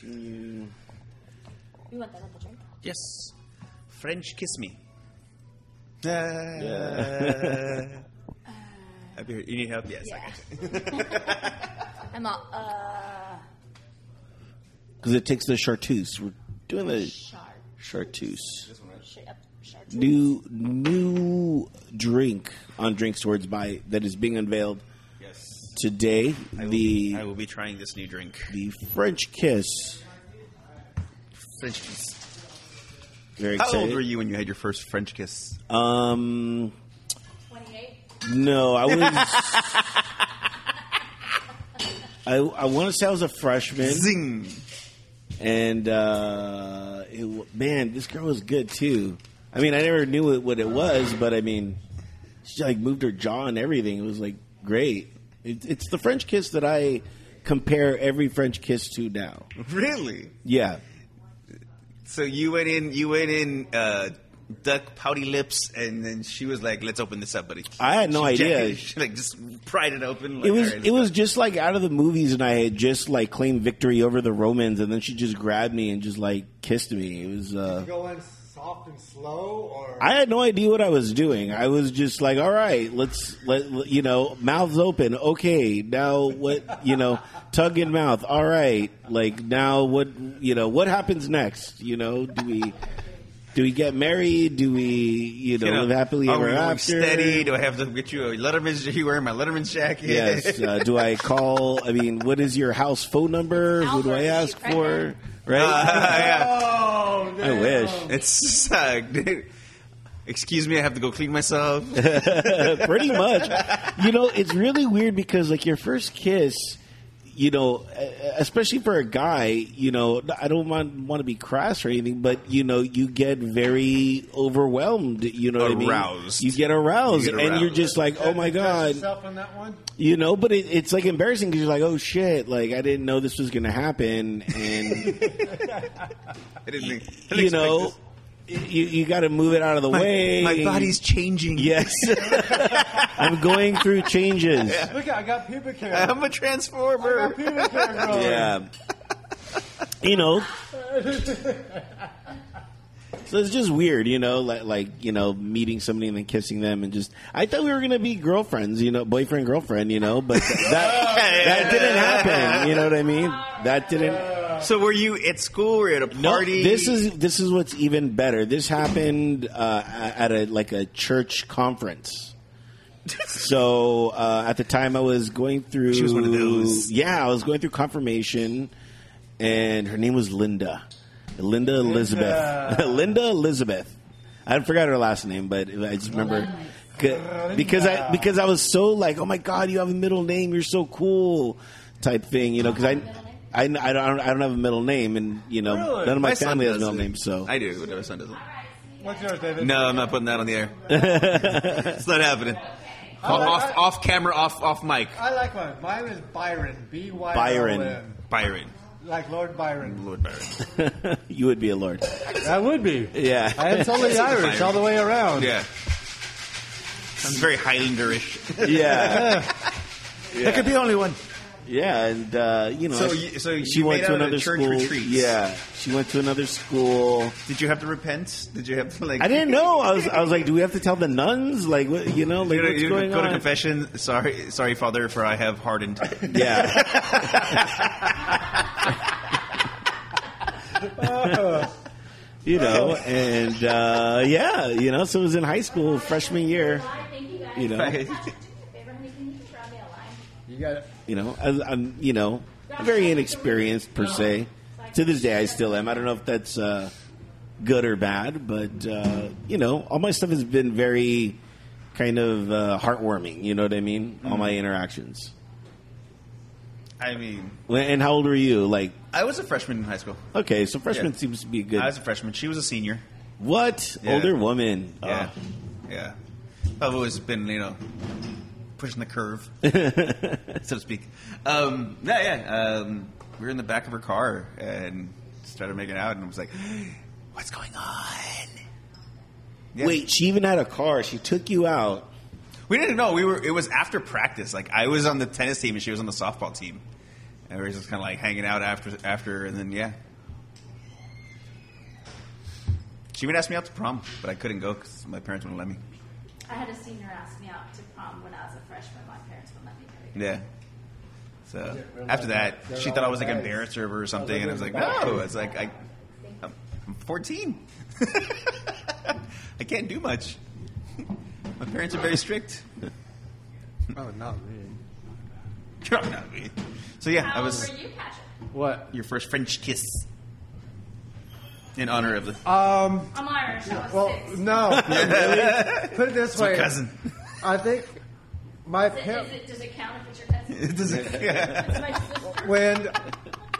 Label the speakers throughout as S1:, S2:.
S1: to
S2: You want another drink?
S1: yes, French kiss me.
S3: uh,
S1: Up here. You need help? Yes. I got you.
S2: I'm all, uh,
S3: Because it takes the chartreuse. We're doing the
S2: char.
S3: chartreuse.
S2: Sh- uh, chartreuse.
S3: New new drink on Drink Swords by that is being unveiled
S1: Yes.
S3: today.
S1: I will,
S3: The
S1: I will be trying this new drink.
S3: the French kiss.
S1: French kiss.
S3: Very
S1: How
S3: excited.
S1: old were you when you had your first French kiss?
S3: Um,
S2: 28.
S3: no, I was. I, I want to say I was a freshman,
S1: Zing.
S3: and uh, it, w- man, this girl was good too. I mean, I never knew it, what it was, but I mean, she like moved her jaw and everything. It was like great. It, it's the French kiss that I compare every French kiss to now.
S1: Really?
S3: Yeah,
S1: So you went in. You went in. Uh, duck pouty lips, and then she was like, "Let's open this up, buddy."
S3: I had no
S1: She
S3: idea.
S1: jacked- She like just pried it open. Like,
S3: It was
S1: "All right,
S3: it was just like out of the movies, and I had just like claimed victory over the Romans, and then she just grabbed me and just like kissed me. It was uh,
S4: Going soft and slow, or
S3: I had no idea what I was doing. I was just like, all right, let's let you know, mouths open. Okay, now what? You know, tongue in mouth. All right, like now what? You know, what happens next? You know, do we do we get married? Do we you know,
S1: You know,
S3: live happily
S1: are
S3: ever
S1: we going
S3: after?
S1: Steady? Do I have to get you a Letterman's? Are you wearing my Letterman's jacket?
S3: Yes. Uh, do I call? I mean, what is your house phone number? Who do
S2: Albert,
S3: I
S2: is
S3: ask
S2: she
S3: for?
S2: pregnant?
S3: Right?
S1: Uh, yeah.
S4: oh,
S3: I wish.
S1: It's uh, excuse me. I have to go clean myself.
S3: Pretty much. You know, it's really weird because like your first kiss, you know, e- especially for a guy, you know, I don't want want to be crass or anything, but you know, you get very overwhelmed. You know, what I mean?
S1: Aroused.
S3: You get aroused,
S1: You get
S3: and you're
S1: aroused.
S3: just like, oh my god.
S4: Yourself on that one?
S3: You know, but it, it's like embarrassing because you're like, oh shit, like I didn't know this was going to happen, and
S1: I didn't, think- I didn't
S3: you
S1: expect
S3: know,
S1: this.
S3: you, you got to move it out of the
S1: My,
S3: way.
S1: my body's changing.
S3: yes, I'm going through changes.
S4: Look, I got pubic hair.
S1: I'm a
S4: I got
S1: transformer.
S4: pubic hair growing.
S3: Yeah. you know. So it's just weird, you know, like like you know, meeting somebody and then kissing them, and just I thought we were gonna be girlfriends, you know, boyfriend girlfriend, you know, but that that didn't happen. You know what I mean? That didn't.
S1: So were you at school or at a
S3: No,
S1: party?
S3: this is this is what's even better. This happened uh, at a like a church conference. So uh, at the time, I was going through.
S1: She was one of those.
S3: Yeah, I was going through confirmation, and her name was Linda, Linda Elizabeth, Linda Elizabeth. I forgot her last name, but I just remember c- because I because I was so like, oh my god, you have a middle name, you're so cool, type thing, you know, because I. I, I don't I don't have a middle name, and you know
S4: Really?
S3: none of my,
S1: My son
S3: family has
S1: does
S3: middle
S1: it.
S3: names. So
S1: I do. but My son doesn't.
S4: What's yours, David?
S1: No, I'm not putting that on the air. it's not happening. Off, off, off camera, off, off mic.
S4: I like mine. Mine is Byron. B Y
S3: Byron.
S4: R O N.
S1: Byron,
S4: Like Lord Byron.
S1: Lord Byron.
S3: you would be a lord.
S4: That would be.
S3: Yeah.
S4: I am totally Irish all the way around.
S1: Yeah. Sounds very Highlanderish.
S3: Yeah,
S1: There could be only one.
S3: yeah, and uh, you know,
S1: So
S3: she-
S1: you- so you
S3: she
S1: made
S3: went to
S1: out at a
S3: another
S1: church
S3: school.
S1: retreat.
S3: Yeah, she went to another school.
S1: Did you have to repent? Did you have to like?
S3: I didn't know. I was, I was like, do we have to tell the nuns? Like, what, you know, like
S1: You, know,
S3: what's
S1: you
S3: going
S1: go
S3: on?
S1: to confession. Sorry, sorry, Father, for I have hardened.
S3: Yeah, you know, and uh, yeah, you know, so it was in high school, freshman year. You know,
S4: You got it.
S3: you know, I, I'm, you know, very inexperienced per se. To this day, I still am. I don't know if that's uh, good or bad, but uh, you know, all my stuff has been very kind of uh, heartwarming. You know what I mean? All
S1: Mm-hmm.
S3: my interactions.
S1: I mean,
S3: Well, And how old were you? Like,
S1: I was a freshman in high school.
S3: okay, so freshman
S1: Yeah.
S3: seems to be a good.
S1: I was a freshman. She was a senior.
S3: what
S1: Yeah.
S3: older woman?
S1: Yeah,
S3: Oh.
S1: yeah. I've always been, you know, pushing the curve, so to speak. Um, yeah, yeah. Um, we were in the back of her car and started making out, and I was like, "What's going on?" Yeah.
S3: Wait, she even had a car. She took you out.
S1: We didn't know. We were. It was after practice. Like I was on the tennis team and she was on the softball team, And we were just kind of like hanging out after, after, and then yeah. She even asked me out to prom, but I couldn't go because my parents wouldn't let me.
S2: I had a senior ask me out to prom when I was a freshman. My parents wouldn't let me go.
S1: Yeah. So
S4: didn't realize
S1: after that,
S4: that.
S1: she thought I was like
S4: They're all
S1: embarrassed of her or something,
S4: like,
S1: and I was
S4: they're
S1: like,
S4: back.
S1: no, it's like I, I'm, I'm 14. I can't do much. My parents are very strict.
S4: Oh, not really.
S1: Not me. so yeah, I
S2: How
S1: was
S2: old were you, Patrick?
S4: What?
S1: your first French kiss in honor of the
S4: Um.
S2: I'm Irish. I was
S4: Well,
S2: six.
S4: no. really? Put it this way.
S1: cousin.
S4: I think my
S2: Is it, is
S4: parents.
S2: it, does it count if it's your cousin?
S1: It doesn't- yeah.
S2: It's my sister.
S4: when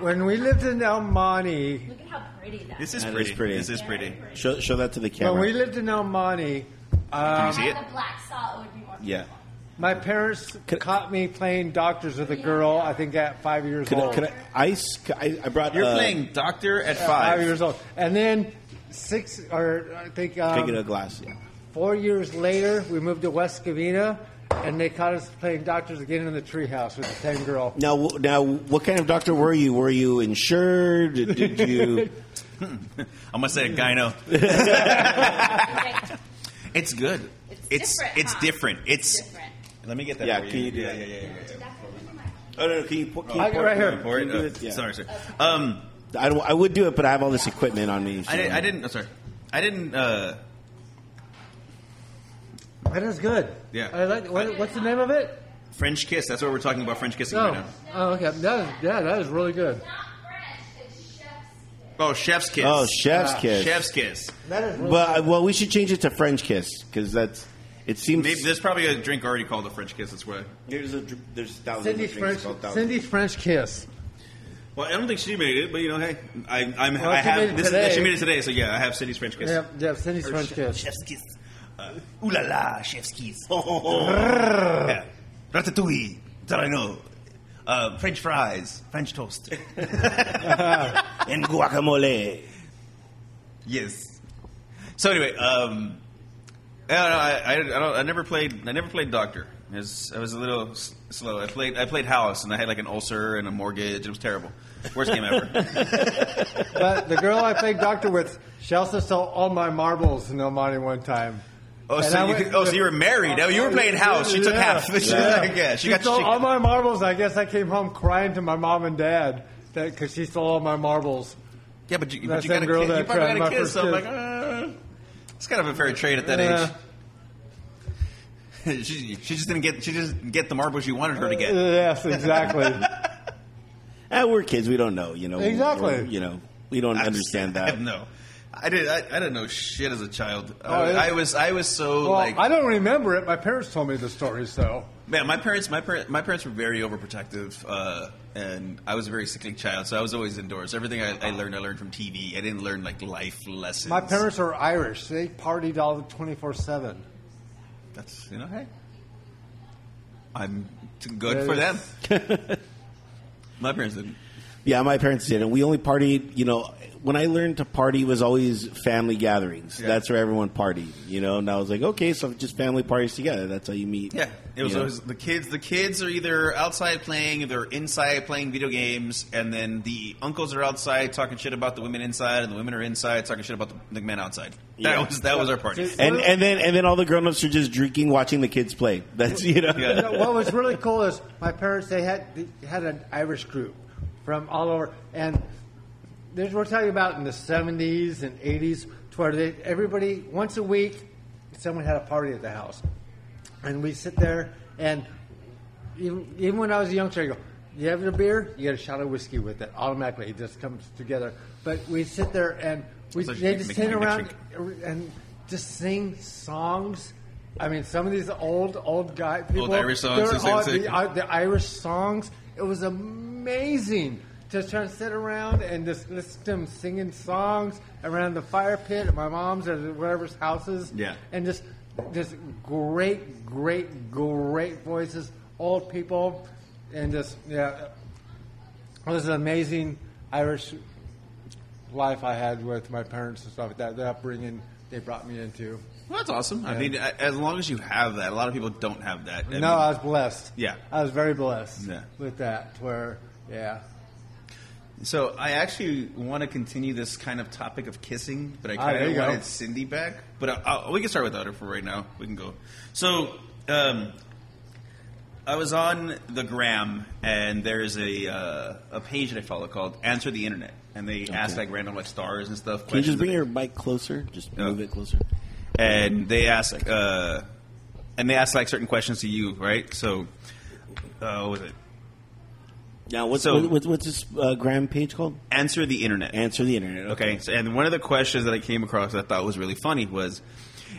S4: when we lived in El Monte,
S2: Look at how pretty that
S1: This
S2: is.
S1: is
S3: That is
S1: pretty.
S3: pretty.
S1: This is
S2: Yeah,
S1: pretty.
S2: pretty.
S3: Show, show that to the
S4: when
S3: camera.
S4: we lived in El Monte,
S1: Can
S4: uh,
S1: you see it?
S2: Had the black salt, it would be more
S1: Yeah.
S2: beautiful.
S4: my parents caught me playing doctors with a girl. I think at five years
S3: Could, I-
S4: old.
S3: could I, ice? could I, I brought.
S1: You're
S3: uh,
S1: playing doctor at
S4: five
S1: five.
S4: years old, and then six or I think
S3: Take it a
S4: um,
S3: glass. Yeah.
S4: four years later, we moved to West Covina, and they caught us playing doctors again in the treehouse with the same girl.
S3: Now, w- now, what kind of doctor were you? Were you insured? Did, did you?
S1: I'm gonna say a gyno.
S2: Okay.
S1: It's good.
S2: It's different,
S1: It's it's
S2: huh?
S1: different. It's.
S2: Different.
S1: Let me get that.
S3: Yeah,
S1: for you.
S3: can you do
S1: yeah,
S3: that?
S1: yeah, yeah, yeah.
S2: Did that go into my
S3: Oh no! Can you, po- can you
S4: I got
S3: pour-
S4: right here.
S1: Pour it?
S3: Can you do
S1: Uh,
S3: it? Yeah.
S1: Sorry, sorry. Um,
S3: I, don't- I would do it, but I have all this equipment on me. so-
S1: I, didn't, I didn't. Oh, sorry, I didn't. Uh,
S4: That is good.
S1: Yeah.
S4: I like. What, what's the name of it?
S1: French kiss. That's what we're talking about. French kissing right
S4: Oh,
S1: now.
S4: oh okay. That is, yeah, that is really good.
S2: Not French, it's chef's kiss.
S1: Oh, chef's kiss. Ah,
S3: Oh, chef's kiss.
S1: Chef's kiss.
S4: That is really
S3: But uh, well, we should change it to French kiss because that's. It seems
S1: Maybe there's probably a drink already called a French kiss. That's why.
S3: there's a dr- there's thousands
S4: Cindy's French. Cindy's French kiss.
S1: Well, I don't think she made it, but you know, hey, I, I'm.
S4: Well,
S1: I
S4: she made
S1: have.
S4: it
S1: This,
S4: today.
S1: she made it today, so yeah, I have City's French kiss.
S4: Yeah, yeah, Cindy's French kiss.
S1: Chef's kiss. Uh, ooh la la, chef's kiss. Ho, ho, ho. yeah. Ratatouille. That I know. Uh, French fries, French toast,
S3: and guacamole.
S1: Yes. So anyway, um, I, don't know, I, I, I, don't, I never played. I never played doctor. I was, I was a little s- slow. I played. I played house, and I had like an ulcer and a mortgage. It was terrible. Worst game ever.
S4: But the girl I played doctor with, she also stole all my marbles in El Monte one time.
S1: Oh,
S4: And I
S1: so you,
S4: went-
S1: could- oh, so you were married? Oh, you were playing house. She took
S4: Yeah.
S1: half. She was like, yeah, she got.
S4: stole
S1: she-
S4: all my marbles. I guess I came home crying to my mom and dad because she stole all my marbles.
S1: yeah, but you,
S4: that
S1: but you got
S4: same
S1: a
S4: girl
S1: kid. You
S4: that tried
S1: probably
S4: my
S1: got a kid.
S4: first
S1: So I'm
S4: kid.
S1: like, uh, it's kind of a fair trade at that
S4: Yeah.
S1: age. she, she just didn't get. She just didn't get the marbles you wanted her to get.
S4: Yes, exactly.
S3: Ah, we're kids. We don't know. You know
S4: Exactly.
S3: We're- you know we don't understand
S1: I have
S3: that.
S1: no. I did. I, I didn't know shit as a child.
S4: Oh, yeah.
S1: I, I was. I was so
S4: well,
S1: like.
S4: I don't remember it. My parents told me the story, so
S1: man, my parents. My parents. My parents were very overprotective, uh, and I was a very sickly child. So I was always indoors. Everything I, I learned, I learned from TV. I didn't learn like life lessons.
S4: my parents are Irish. They partied all the twenty four seven.
S1: That's you know. Hey, I'm t- good for them. my parents didn't.
S3: Yeah, my parents did, and we only partied. You know, when I learned to party was always family gatherings.
S1: Yeah.
S3: That's where everyone partied. You know, and I was like, okay, so just family parties together. That's how you meet.
S1: Yeah, it was
S3: you know.
S1: always the kids. The kids are either outside playing, they're inside playing video games, and then the uncles are outside talking shit about the women inside, and the women are inside talking shit about the, the men outside.
S3: Yeah.
S1: That was that was our party.
S4: See-
S3: And and then and then all the grown-ups are just drinking, watching the kids play. That's you know.
S1: Yeah.
S4: No, what was really cool is my parents they had they had an Irish group from all over, and this we're talking about in the seventies and eighties, to where they, everybody once a week someone had a party at the house, and we sit there and even, even when I was a youngster, I go. You have your beer, you get a shot of whiskey with it. Automatically, it just comes together. But we sit there and we
S1: It's like
S4: they just
S1: making
S4: sit
S1: a
S4: around
S1: drink.
S4: and just sing songs. I mean, some of these old old guy people,
S1: Irish songs,
S4: they're
S1: the same
S4: all-
S1: thing.
S4: the, I- the Irish songs. It was amazing. Just trying to sit around and just listen to them singing songs around the fire pit at my mom's or whatever's houses.
S1: Yeah.
S4: and just just great, great, great voices, old people, and just yeah, it was an amazing Irish life I had with my parents and stuff like that. The upbringing they brought me into.
S1: Well, that's awesome. I mean, a- as long as you have that, a lot of people don't have that. I
S4: no, I
S1: mean,
S4: was blessed.
S1: Yeah.
S4: I was very blessed
S1: Yeah.
S4: with that. Where Yeah.
S1: So I actually want to continue this kind of topic of kissing, but I
S4: Ah, there
S1: kind of
S4: you go.
S1: wanted Cindy back. But I, I, we can start without her for right now. We can go. So um, I was on the gram, and there's a uh, a page that I follow called Answer the Internet, and they ask like random like stars and
S3: Can
S1: stuff.
S3: you
S1: questions
S3: just bring
S1: that-
S3: your bike closer? Just
S1: Yeah.
S3: move it closer.
S1: and they ask uh, and they ask like certain questions to you, right? So uh, what was it
S3: Now, what's
S1: So-
S3: what, what's this uh, gram page called?
S1: Answer the Internet?
S3: Answer the internet.
S1: Okay. So, and one of the questions that I came across that I thought was really funny was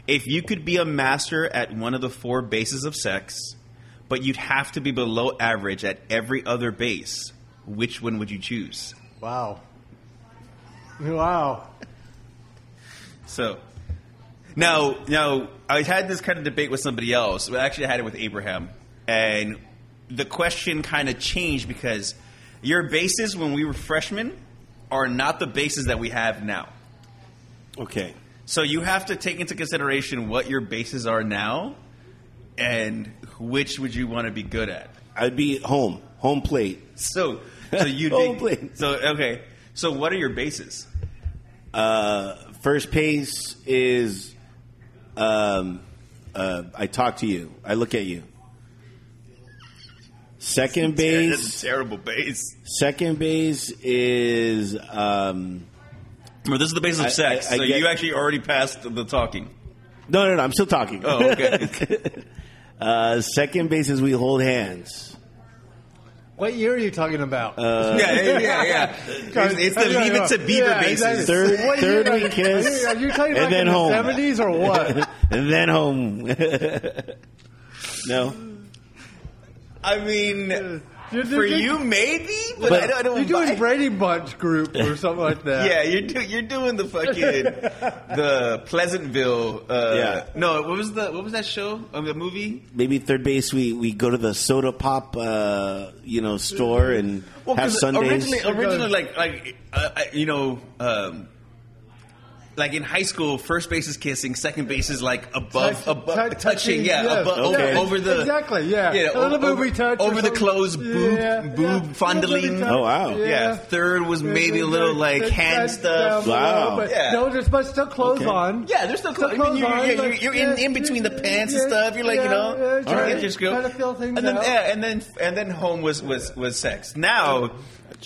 S1: if you could be a master at one of the four bases of sex, but you'd have to be below average at every other base, which one would you choose?
S4: Wow. Wow.
S1: So now, now I had this kind of debate with somebody else. Well, actually, I had it with Abraham, and the question kind of changed because your bases when we were freshmen are not the bases that we have now.
S3: Okay.
S1: So you have to take into consideration what your bases are now, and which would you want to be good at.
S3: I'd be home, home plate.
S1: So, so you
S3: Oh, please.
S1: so okay. So what are your bases?
S3: Uh, first pace is um, uh, I talk to you. I look at you. Second
S1: That's
S3: base.
S1: a terrible base.
S3: Second base is um,
S1: Well, this is the basis
S3: I-
S1: of sex.
S3: I- I
S1: so
S3: get-
S1: you actually already passed the talking.
S3: no, no, no. I'm still talking.
S1: Oh, okay.
S3: Uh, second base is we hold hands.
S4: What year are you talking about?
S1: Uh, yeah, yeah, yeah, yeah. It's, it's the leave it to Beaver
S4: Yeah,
S1: basis.
S4: exactly.
S3: Third-
S4: What year
S3: third
S4: are
S3: we
S4: you-
S3: kiss,
S4: Are you, are you talking
S3: and
S4: like
S3: then
S4: in the
S3: home.
S4: 70s or what?
S3: and then home. no,
S1: I mean,
S4: You're
S1: for
S4: doing-
S1: you maybe, but, I don't. I don't
S4: You're doing
S1: buy-
S4: Brady Bunch group or something like that.
S1: Yeah, you're do, you're doing the fucking the Pleasantville. Uh,
S3: Yeah.
S1: No, what was the what was that show? Um, the movie?
S3: maybe third base we, we go to the soda pop uh, you know store and
S1: Well,
S3: have
S1: 'cause
S3: Sundays.
S1: originally, uh, originally, like like uh, I- you know. Um, like in high school, first base is kissing, second base is like above,
S4: Touch-
S1: above
S4: touch-
S1: touching, yeah,
S4: yes,
S1: above,
S3: okay.
S1: over, over the
S4: exactly, yeah,
S1: yeah,
S4: a little
S1: over,
S4: bit we touch or
S1: over the
S4: something.
S1: clothes, boob,
S4: Yeah, yeah,
S1: boob
S4: a little
S1: fondling.
S4: bit touch.
S3: Oh, wow.
S1: Yeah. third was maybe a little like
S4: Touch-
S1: hand
S4: touch
S1: stuff.
S4: down below,
S3: Wow.
S4: but
S1: Yeah.
S4: No, there's but still clothes
S3: Okay.
S4: on.
S1: Yeah, there's still clothes.
S4: Still
S1: I mean, you're,
S4: clothes
S1: you're,
S4: on,
S1: you're,
S4: like,
S1: you're in,
S4: yeah,
S1: in between the
S4: yeah,
S1: pants
S4: yeah,
S1: and stuff. You're like, you
S4: yeah,
S1: know,
S4: yeah,
S1: you're
S4: trying-
S1: just go-
S4: trying to feel things
S1: and then,
S4: out.
S1: Yeah, and then and then home was was was sex. Now,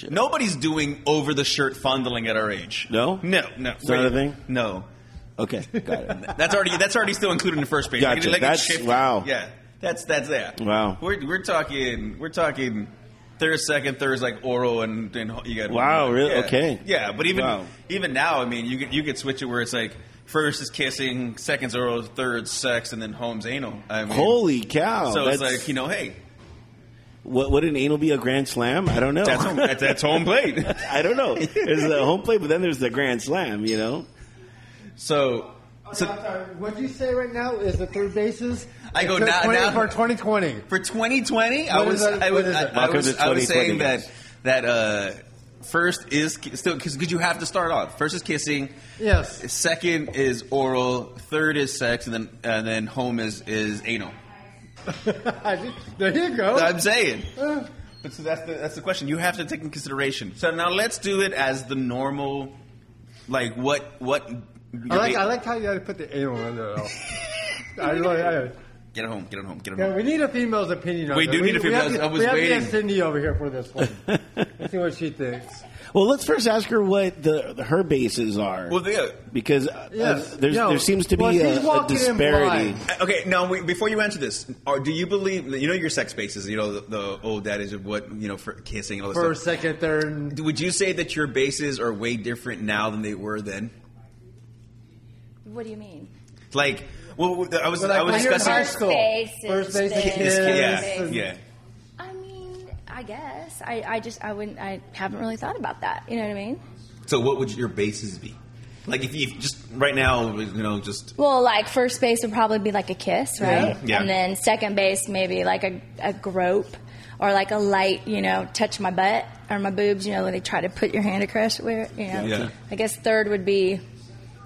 S1: nobody's doing over the shirt fondling at our age.
S3: No?
S1: no, no. It's
S3: not a thing?
S1: No,
S3: okay, got it.
S1: that's already that's already still included in the first page.
S3: Gotcha.
S1: Like, it- like, it
S3: That's-
S1: shifted.
S3: wow.
S1: Yeah, that's that's that.
S3: Wow.
S1: We're we're talking we're talking. Third, second, third is like oral, and, and you got
S3: Wow, really?
S1: Yeah.
S3: Okay.
S1: Yeah, but even
S3: Wow.
S1: even now, I mean, you could you could switch it where it's like first is kissing, second's oral, third sex, and then home's anal. I mean,
S3: Holy cow!
S1: so
S3: that's,
S1: it's like you know, hey,
S3: what wouldn't anal be a grand slam? I don't know.
S1: that's home, that's, that's home plate.
S3: I don't know. There's the home plate, but then there's the grand slam. You know,
S1: So, so
S4: What you say right now is the third bases.
S1: I go
S4: Tw-
S1: now-
S4: 20
S1: now-
S4: for 2020.
S1: for 2020, I
S4: What
S1: was
S4: is that-
S1: I
S4: what
S1: was
S4: is
S1: I,
S4: it?
S1: I
S3: Welcome
S1: was
S3: to
S1: I was saying
S3: 2020,
S1: that that uh, first is ki- still because you have to start off. First is kissing.
S4: Yes.
S1: Second is oral. Third is sex, and then and then home is is anal.
S4: there you go.
S1: I'm saying. But so that's the that's the question. You have to take in consideration. So now let's do it as the normal, like what what.
S4: I like, I like how you had to put the anal in there. Though. I really, I,
S1: get it home. Get it home. Get it
S4: yeah,
S1: home.
S4: we need a female's opinion. on
S1: We
S4: this.
S1: do need a
S4: have
S1: female's-
S4: to-
S1: I was
S4: we have to
S1: waiting.
S4: get Cindy over here for this one. See what she thinks.
S3: well, let's first ask her what the, the her bases are.
S1: Well, yeah.
S3: because uh,
S4: Yes.
S3: there's,
S4: No.
S3: there seems to be
S4: Well, she's
S3: a, a
S4: walking in
S3: disparity.
S4: blind.
S1: Okay, now we, before you answer this, are, do you believe you know your sex bases? You know the, the old adage of what you know for kissing and all this
S4: First,
S1: stuff.
S4: second, third. and-
S1: Would you say that your bases are way different now than they were then?
S2: What do you mean?
S1: Like, well, I was
S4: But like
S1: I was
S4: when you're in high
S1: discussing.
S4: school,
S5: First base
S4: first
S5: is
S4: base,
S5: this,
S4: is this,
S1: Yeah,
S4: and-
S1: yeah.
S2: I mean, I guess. I, I just, I wouldn't, I haven't really thought about that. You know what I mean?
S1: So, what would your bases be? Like, if you just right now, you know, just
S5: Well, like first base would probably be like a kiss, right?
S1: Yeah.
S5: And then second base maybe like a, a grope or like a light, you know, touch my butt or my boobs, you know, when they try to put your hand across where, you know.
S1: Yeah.
S5: I guess third would be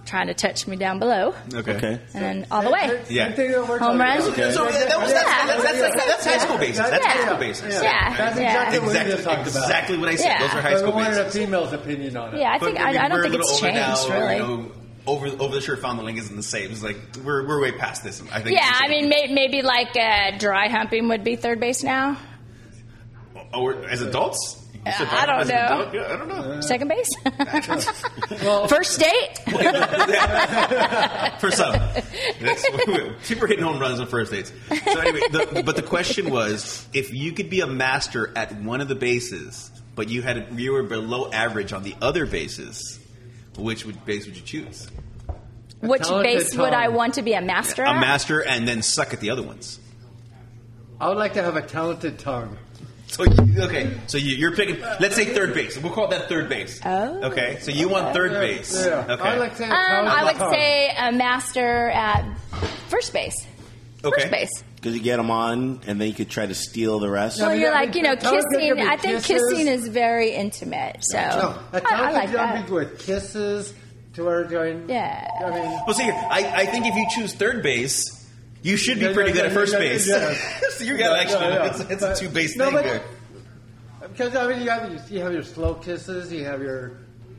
S5: trying to touch me down below,
S1: Okay.
S3: Okay.
S5: and then all the way.
S1: Yeah.
S5: Home run.
S1: So uh, that was, that's, that's, that's, that's, that's high school basis. That's high school basis.
S5: Yeah.
S4: That's exactly what we
S1: Exactly,
S4: just talked about.
S1: exactly what I said.
S5: Yeah.
S1: Those are high
S4: But we
S1: school
S4: wanted a
S1: bases.
S4: female's opinion on it.
S5: Yeah, I think
S1: But
S5: I, I don't
S1: we're a
S5: think it's
S1: little
S5: changed
S1: over now,
S5: really.
S1: you know, over over the shirt fondling isn't the same. It's like we're we're way past this. I think.
S5: yeah, I mean may, maybe like uh, dry humping would be third base now,
S1: Oh, we're- as adults. You
S5: Uh,
S1: said
S5: I don't
S1: as an
S5: know.
S1: adult? Yeah, I don't know.
S5: second base, first date.
S1: For some, That's, people are hitting home runs on first dates. So anyway, the, but the question was, if you could be a master at one of the bases, but you had you were below average on the other bases, which would base would you choose?
S5: Which
S4: Talented
S5: base would I
S4: tongue.
S5: want to be a master
S1: A
S5: at?
S1: master and then suck at the other ones.
S4: I would like to have a talented tongue.
S1: So you, okay, so you, you're picking. Let's say third base. We'll call that third base.
S5: Oh.
S1: Okay, so you want third base.
S4: Yeah.
S1: Okay.
S4: I like to have
S5: um,
S4: a talented
S5: I would
S4: tongue.
S5: say a master at first base. First
S1: okay.
S5: base.
S3: Because you get them on, and then you could try to steal the rest.
S5: Well,
S4: mean,
S5: you're
S4: I mean,
S5: like, you know,
S4: a tongue could
S5: kissing.
S4: give me
S5: I think
S4: kisses.
S5: kissing is very intimate. So
S4: No,
S5: I,
S4: a
S5: I
S4: talented
S5: like
S4: tongue
S5: that.
S4: be with kisses to her doing.
S5: Yeah.
S4: I mean,
S1: Well, see, I, I think if you choose third base, you should be
S4: Yeah,
S1: pretty
S4: yeah,
S1: good
S4: yeah,
S1: at first
S4: yeah,
S1: base.
S4: yeah.
S1: so you got actually,
S4: Yeah, yeah.
S1: it's, it's a
S4: But-
S1: two base
S4: no,
S1: thing
S4: but-
S1: there.
S4: Because I mean, you have you have your slow kisses, you have your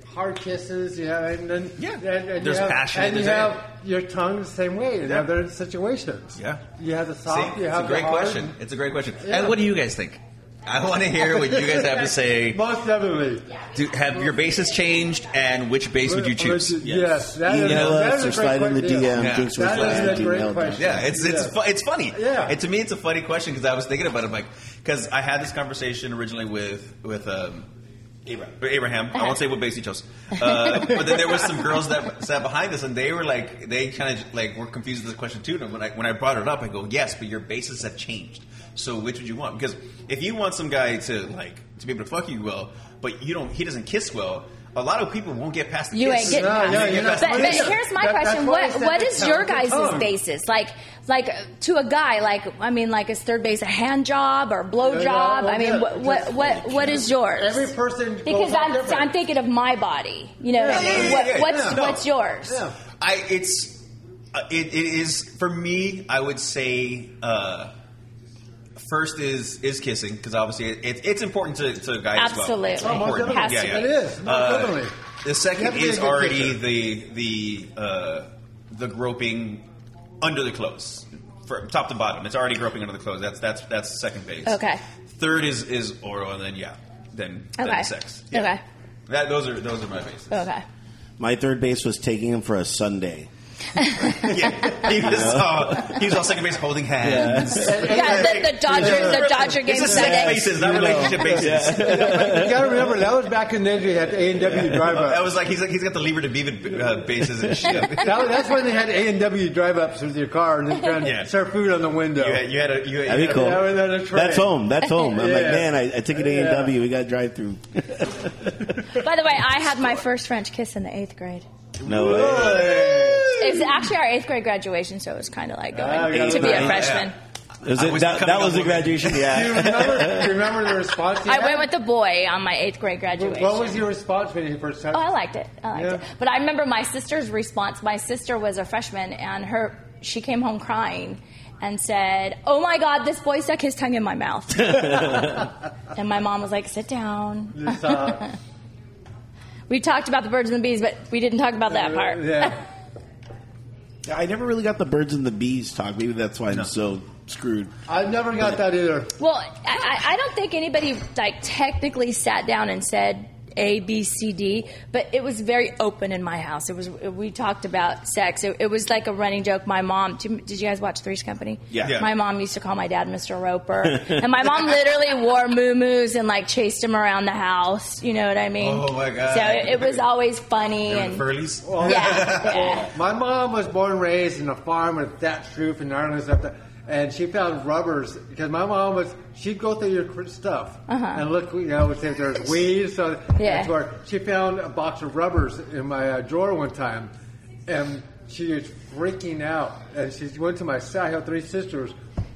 S4: hard kisses, you have and then
S1: Yeah.
S4: and, and
S1: There's
S4: you have,
S1: passion
S4: and
S1: in
S4: you
S1: the
S4: have your tongue the same way in
S1: Yeah.
S4: other situations.
S1: Yeah.
S4: you have the
S1: See,
S4: soft, you
S1: it's
S4: have
S1: a great
S4: the hard.
S1: question. It's a great question.
S4: Yeah.
S1: And what do you guys think? I want to hear what you guys have to say.
S4: Most definitely.
S1: Do, have your bases changed, and which base would you choose?
S4: Yes, that is,
S3: Email
S4: that
S3: us
S4: is
S3: or
S4: a great
S3: slide in the
S4: question.
S3: DM.
S1: Yeah.
S3: Jinx was
S4: That is
S3: last
S4: a
S3: at
S4: great
S3: gmail dot com.
S4: question.
S1: Yeah, it's it's
S4: Yeah.
S1: fu- it's funny.
S4: Yeah.
S1: it, to me it's a funny question because I was thinking about it, like because I had this conversation originally with with um, Abraham. Abraham. I won't say what base he chose, uh, but then there was some girls that sat behind us, and they were like they kind of like were confused with the question too. And when I when I brought it up, I go, yes, but your bases have changed. So which would you want? Because if you want some guy to like to be able to fuck you well, but you don't, he doesn't kiss well. A lot of people won't get past the
S5: You ain't
S1: kiss.
S5: getting No, past
S4: yeah,
S1: You
S4: you're not
S1: past
S5: But,
S1: the
S4: Well,
S5: but
S1: kiss.
S4: yeah.
S5: here's my
S4: That- that's
S5: question:
S4: why I
S5: What
S4: said
S5: what
S4: the
S5: is
S4: tongue,
S5: your
S4: the
S5: guys'
S4: tongue.
S5: basis? Like like uh, to a guy, like I mean, like is third base a hand job or blow
S4: Yeah, yeah,
S5: job?
S4: well,
S5: I mean,
S4: yeah,
S5: what what
S4: just-
S5: what, what is yours?
S4: Every person goes
S5: because
S4: out
S5: I'm
S4: different.
S5: I'm thinking of my body. You know,
S4: Yeah,
S5: I mean,
S1: yeah, yeah,
S5: what,
S1: yeah,
S5: what's
S1: yeah. No.
S5: what's yours?
S4: Yeah.
S1: I it's uh, it, it is for me. I would say uh, first is is kissing because obviously it, it, it's important to, to guys.
S5: Absolutely.
S1: as
S5: Oh,
S1: well.
S5: most
S1: important. Uh,
S5: definitely. Has to be.
S4: It is. Most definitely.
S1: The
S4: You have
S1: second
S4: to be a
S1: is
S4: good
S1: already
S4: kisser.
S1: the the uh, the groping under the clothes. From top to bottom, it's already groping under the clothes. That's that's that's second base.
S5: Okay.
S1: Third is is oral, and then yeah, then,
S5: Okay.
S1: then sex. Yeah.
S5: Okay. Oh,
S1: That, those are those are my bases.
S5: Okay.
S3: My third base was taking him for a Sunday.
S1: Yeah, he was all, he was all second base holding hands.
S5: Yeah, the, the Dodger the Dodger game
S1: It's a
S5: Sunday.
S1: sex basis, not relationship basis.
S4: You gotta remember that was back in the day they had A and W drive
S1: That
S4: up.
S1: was like he's like he's got the lever to beaver uh, bases and shit. you
S4: That was- that's when they had A and W drive ups with your car and then trying
S1: Yeah.
S4: to serve food on the window.
S1: had you had a you had,
S3: That'd be
S1: you had
S3: cool.
S4: Yeah, without a tray.
S3: That's home. That's home. I'm like,
S4: Yeah.
S3: man, I, I took it to
S4: Yeah.
S3: A&W. We got drive through.
S5: By the way, I had my first French kiss in the eighth grade.
S3: No way.
S5: It's actually our eighth grade graduation, so it was kind of like going
S4: Ah, I got
S5: to be
S4: it.
S5: a freshman.
S3: Was
S1: I
S3: it-
S1: was
S3: that,
S1: coming
S3: that was
S1: up
S3: the
S1: with-
S3: graduation.
S4: Do you
S3: Yeah.
S4: remember, do you remember the response? you
S5: I
S4: had?
S5: went with the boy on my eighth grade graduation.
S4: What was your response when you first started?
S5: Oh, I liked it. I liked
S4: Yeah.
S5: it. But I remember my sister's response. My sister was a freshman, and her she came home crying and said, "Oh my God, this boy stuck his tongue in my mouth." and my mom was like, "Sit down."
S4: This, uh,
S5: We talked about the birds and the bees, but we didn't talk about that part.
S4: Uh, Yeah.
S3: I never really got the birds and the bees talk. Maybe that's why I'm so screwed.
S4: I've never got that either.
S5: Well, I- I, I don't think anybody like technically sat down and said A, B, C, D, but it was very open in my house. It was we talked about sex. It, it was like a running joke. My mom. Did did you guys watch Three's Company?
S3: Yeah. Yeah.
S5: My mom used to call my dad Mr. Roper, and my mom literally wore muumuus and like chased him around the house. You know what I mean?
S1: Oh, my God.
S5: So it, it was always funny
S1: the
S5: and
S1: Furlies.
S5: yeah. yeah.
S4: My mom was born and raised in a farm with thatched roof and Ireland and stuff. That, and she found rubbers because my mom was she'd go through your cr- stuff and look, you know, would say there's weeds. So
S5: Uh-huh. Yeah.
S4: that's where she found a box of rubbers in my uh, drawer one time, and she was freaking out. And she went to my side. I have three sisters.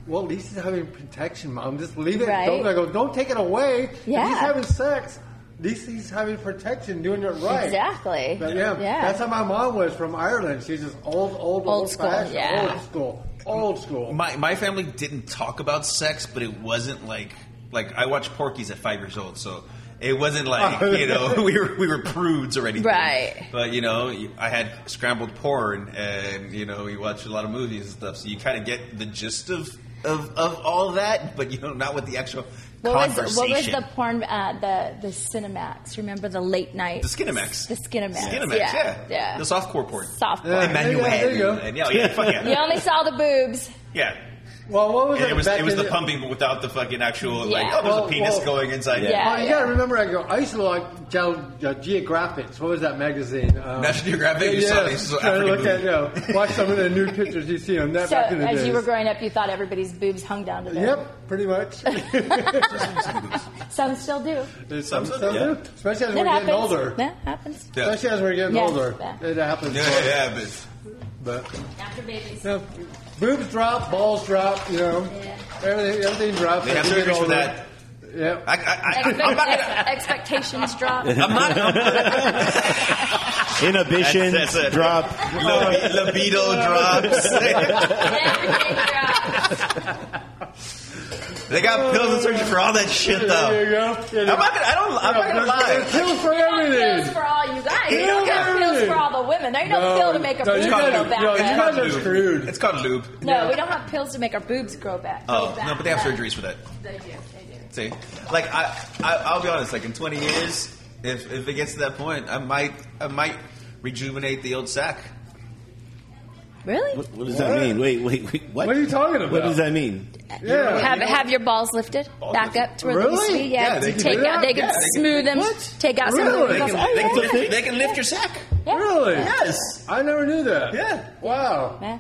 S4: Well, Lisa's having protection, mom. Just leave it.
S5: Right.
S4: Don't, I go. Don't take it away. If
S5: Yeah.
S4: He's having sex. least he's having protection, doing it right.
S5: Exactly.
S4: But yeah,
S5: Yeah.
S4: that's how my mom was from Ireland. She's just old, old, old,
S5: school,
S4: fashioned,
S5: yeah.
S4: old school, old school.
S1: My my family didn't talk about sex, but it wasn't like like I watched Porky's at five years old, so it wasn't like
S4: Oh,
S1: you know we were we were prudes or anything,
S5: Right.
S1: But you know you- I had scrambled porn, and you know you watch a lot of movies and stuff, so you kind of get the gist of of of all that, but you know not with the actual
S5: What was,
S1: conversation.
S5: what was the porn? Uh, the the Cinemax. Remember the late night.
S1: The Skinamax.
S5: The Skinemax.
S1: Skinemax, yeah,
S5: yeah. yeah.
S1: the softcore porn,
S5: soft porn.
S4: Yeah.
S1: Emmanuel,
S4: Yeah, there you go.
S1: and yeah, yeah, fuck
S5: You
S1: yeah,
S5: only saw the boobs.
S1: yeah.
S4: Well, what was
S1: And
S4: it?
S1: it was
S4: back
S1: it was
S4: in
S1: the pumping, but without the fucking actual like
S5: Yeah.
S1: oh there's a
S4: Well,
S1: penis
S4: well-
S1: going inside.
S5: Yeah.
S4: Oh, you gotta remember, I go. I used to like Ge- uh, Geographics. What was that magazine? Um,
S1: National Geographic. You saw these little
S4: trying to look
S1: African
S4: at, you
S1: movies.
S4: know, watch some of the new pictures you see on that
S5: So
S4: back in the
S5: as
S4: days.
S5: you were growing up, you thought everybody's boobs hung down to them.
S4: Yep, pretty much.
S5: Some still do.
S4: Some
S1: sort
S4: still
S1: of- yeah.
S4: do, especially
S5: That
S4: as we're
S5: happens.
S4: getting older.
S5: That happens.
S1: Yeah.
S4: Especially as we're getting
S5: Yeah.
S4: older,
S5: Yeah.
S4: it happens.
S1: yeah, yeah, but
S4: But
S5: After babies.
S4: you know, boobs drop, balls drop. You know,
S5: Yeah.
S4: everything, everything drops.
S1: They have
S4: as you get
S1: surgeries for
S4: older.
S1: that.
S4: Yep.
S1: I, I, I,
S5: Expect-
S1: I'm not gonna.
S5: ex- expectations drop.
S1: I'm not. I'm not
S3: Inhibition
S1: That's- that's it.
S3: drop.
S1: lib- libido drops.
S5: Everything drops.
S1: they got pills and surgery for all that shit, though.
S4: There you go.
S1: I'm not gonna. I don't. I'm not gonna
S4: There's
S1: lie.
S4: pills for
S5: Pills
S4: everything.
S5: for all you guys. You don't get pills for all the women. There ain't no, pill to make a
S4: no,
S5: boob
S4: you
S5: grow
S4: gotta-
S5: back.
S4: no, you
S5: right?
S4: gotta-
S1: Lube.
S4: screwed.
S1: It's called lube.
S5: No, we don't have pills to make our boobs grow back.
S1: Oh
S5: grow back,
S1: no, but they have surgeries for that.
S5: They do. They do.
S1: See, like I, I, I'll be honest. Like in 20 years, if if it gets to that point, I might, I might rejuvenate the old sack.
S5: Really?
S3: What, what does that mean? Wait, wait, wait. What?
S4: What are you talking about?
S3: What does that mean?
S4: Yeah.
S5: Have have your balls lifted
S1: Balls
S5: back
S1: lifted.
S5: up to where they used to be?
S4: Really?
S5: Yeah,
S1: Yeah, they can
S5: take
S1: do
S5: out.
S4: that.
S5: They can
S1: Yeah, they can-
S5: smooth them. Take out some.
S1: They
S4: Really?
S5: wrinkles.
S1: can, they,
S5: Oh,
S1: can
S5: yeah.
S1: lift, they can lift your sack.
S5: Yeah.
S4: Really?
S1: Yes.
S4: I never knew that.
S1: Yeah.
S4: Wow.
S5: Yeah.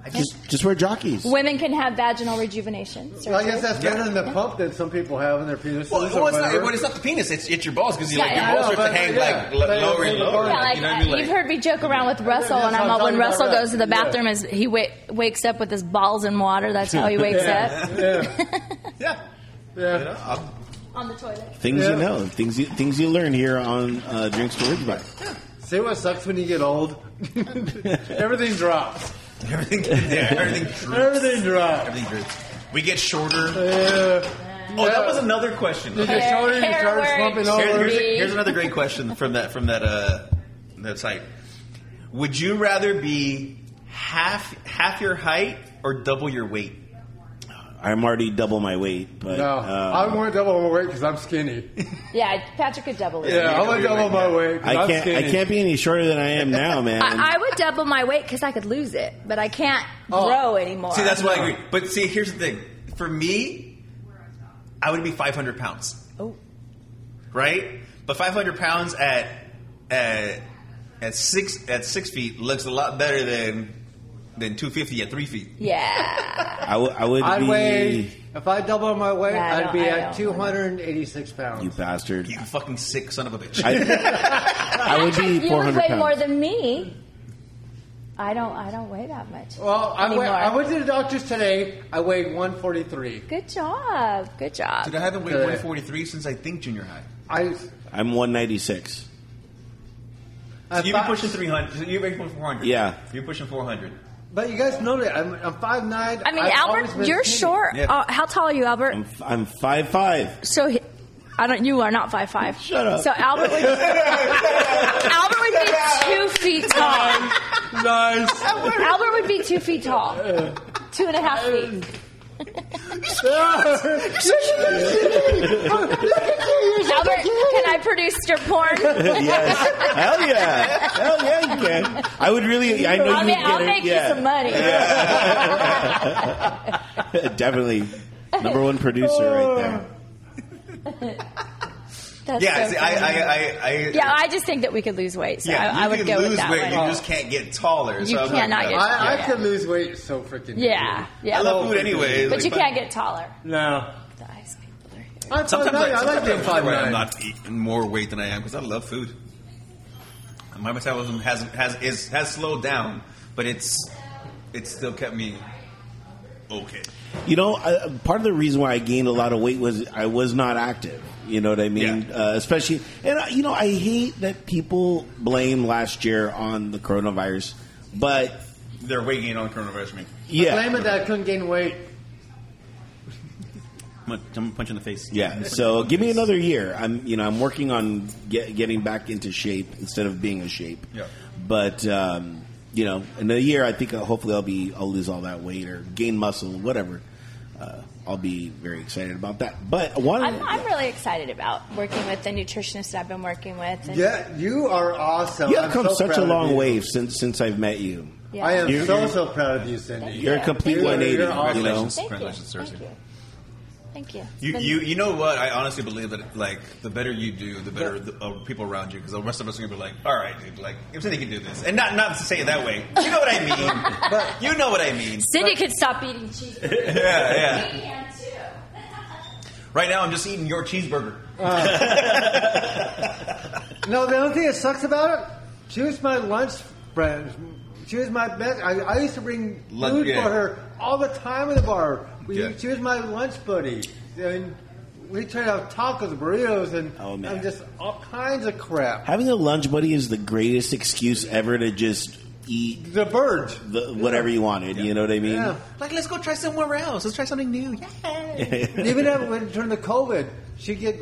S1: I just,
S3: Just, just wear jockeys.
S5: Women can have vaginal rejuvenation.
S4: Well, I guess that's
S1: Yeah.
S4: better than the pump that some people have in their penises.
S1: Well,
S4: or
S1: well, it's, not,
S4: whatever.
S1: well, it's not the penis; it's, it's your balls because you
S5: Yeah,
S1: like
S5: yeah, I
S1: your balls
S4: know,
S1: have to
S4: but,
S1: hang
S4: yeah.
S1: like l-
S4: They-
S1: lower
S4: they
S1: and
S4: go
S1: lower.
S4: down.
S5: Yeah, like, uh,
S1: you know what I mean? Like,
S5: you've heard me joke around with Russell,
S4: that's
S5: and I'm
S4: what I'm
S5: up when
S4: talking about,
S5: Russell
S4: right.
S5: goes to the
S4: Yeah.
S5: bathroom, is he wa- wakes up with his balls in water. That's how he wakes up
S4: Yeah.
S1: yeah,
S4: Yeah.
S1: You know, I'm-
S5: on the toilet.
S3: Things you
S4: Yeah.
S3: know, things you things you learn here on uh, Drink Storage Bar.
S4: See what sucks when you get old? Everything drops.
S1: everything, yeah, everything, droops.
S4: Everything drops.
S1: everything droops. We get shorter.
S4: Yeah.
S1: Oh, that was another question.
S4: Did your
S5: Hair-
S4: shoulders
S5: hair
S4: start
S5: works.
S4: slumping
S1: Here-
S4: over?
S1: here's, a-
S5: Ruby.
S1: here's another great question from that from that uh, that site. Would you rather be half half your height or double your weight?
S3: I'm already double my weight, but
S4: No,
S3: uh,
S4: I want double my weight because I'm skinny.
S5: Yeah, Patrick could double it.
S4: Yeah, I
S1: double
S4: want
S1: your
S4: double
S1: weight,
S4: my
S1: yeah.
S4: weight. 'cause
S3: I
S4: I'm
S3: can't I
S4: Skinny.
S3: can't be any shorter than I am now, man.
S5: I, I would double my weight because I could lose it, but I can't
S4: Oh.
S5: grow anymore.
S1: See, that's why I agree. But see, here's the thing. For me, I would be 500 pounds,
S5: Oh,
S1: right? But 500 pounds at at at six at six feet looks a lot better than than 250 at three feet.
S5: yeah.
S3: I would- I would
S4: I'd
S3: be
S4: weigh, if I double my weight,
S5: Yeah, I
S4: I'd
S5: don't-
S4: be
S5: I
S4: at
S5: don't.
S4: 286 pounds.
S3: you bastard.
S1: You fucking sick son of a bitch.
S3: I, I would
S5: you
S3: be
S5: would
S3: 400
S5: weigh
S3: pounds.
S5: more than me. I don't. I don't weigh that much.
S4: Well, I, weigh,
S5: anymore.
S4: I went to the doctor's today. I weighed 143.
S5: Good job. Good job.
S1: Dude, I haven't weighed
S4: Yeah.
S1: 143 since I think junior high.
S4: I,
S3: I'm 196.
S4: I
S1: So you've been
S4: thought-
S1: pushing 300. You've been pushing 400.
S3: Yeah.
S1: You're pushing 400.
S4: But you guys know that I'm, I'm 5'9".
S5: I mean,
S4: I've always
S5: Albert,
S4: been
S5: you're
S4: skinny.
S5: short.
S1: Yeah.
S5: Uh, how tall are you, Albert?
S3: I'm f- I'm five five.
S5: So, he, I don't. You are not five five.
S3: Shut up.
S5: So Albert would. Albert would be two feet tall.
S4: Nice.
S5: Albert would be two feet tall. Two and a half feet. Albert, can I produce your porn?
S3: Yes. Hell yeah. Hell yeah, you can. I would really. I know
S5: I'll,
S3: you
S5: ma-
S3: would
S5: I'll
S3: get
S5: make
S3: it. yeah.
S5: you some money.
S3: Definitely. Number one producer right there.
S5: That's
S1: Yeah,
S5: so
S1: see, I,
S5: funny.
S1: I, I, I,
S5: yeah, I just think that we could lose weight, so
S1: yeah,
S5: I, I
S1: you
S5: would
S1: can
S5: go
S1: lose
S5: with that
S1: weight,
S5: one.
S1: you just can't get taller.
S5: You
S1: so I'm
S5: cannot
S1: like,
S5: get
S1: uh,
S5: taller.
S4: I, I could lose weight so freaking
S5: yeah, yeah.
S1: I love food anyway.
S5: but
S1: like,
S5: you can't get taller.
S4: No.
S5: The eyes people are here.
S4: I'm
S1: Sometimes,
S4: 5'9".
S1: I,
S4: I like
S1: sometimes
S4: being
S1: I'm wondering why I'm
S4: 5'9".
S1: not eating more weight than I am because I love food. My metabolism has has is has slowed down, but it's it's still kept me okay.
S3: uh, You know, I, part of the reason why I gained a lot of weight was I was not active. You know what I mean?
S1: Yeah.
S3: Uh, especially, and uh, you know, I hate that people blame last year on the coronavirus, but
S1: They're waiting on coronavirus. Me.
S3: yeah,
S4: Blame it that I couldn't gain weight.
S1: I'm gonna, I'm gonna punch you in the face.
S3: Yeah. So give me another year. I'm you know I'm working on get, getting back into shape instead of being in shape.
S1: Yeah.
S3: But um, you know, in a year, I think uh, hopefully I'll be I'll lose all that weight or gain muscle, whatever. Uh, I'll be very excited about that. But one,
S5: I'm, I'm really excited about working with the nutritionist that I've been working with. And
S4: Yeah, you are awesome.
S3: you have
S4: I'm
S3: come
S4: so
S3: such
S4: proud
S3: a
S4: of
S3: long
S4: you.
S3: way since since I've met you.
S5: Yeah.
S4: I am
S3: You're-
S4: so
S3: you're-
S4: so proud of you, Cindy.
S3: You're a complete
S4: You're-
S3: 180.
S4: you're awesome.
S3: you know,
S1: Congratulations.
S5: Thank you.
S1: Congratulations,
S5: Thank
S1: seriously.
S5: you. Thank you. It's
S1: You,
S5: been-
S1: you you know what? I honestly believe that like the better you do, the better the uh, people around you because the rest of us are gonna be like, all right, dude, like if Cindy can do this, and not not to say it that way. You know what I mean? but you know what I mean.
S5: Cindy could stop eating cheese.
S1: Yeah, yeah. Right now, I'm just eating your cheeseburger.
S4: No, the only thing that sucks about it, she was my lunch friend. She was my best. I, I used to bring
S1: Lunch-
S4: food
S1: yeah.
S4: for her all the time in the bar. We,
S1: Yeah.
S4: She was my lunch buddy. And we tried out tacos, burritos, and,
S3: Oh, man.
S4: and just all kinds of crap.
S3: having a lunch buddy is the greatest excuse ever to just eat
S4: The verge.
S3: the, whatever you wanted. You know what I mean?
S4: Yeah.
S1: Like, let's go try somewhere else. Let's try something new. Yeah.
S4: Even at, when during the COVID, she'd get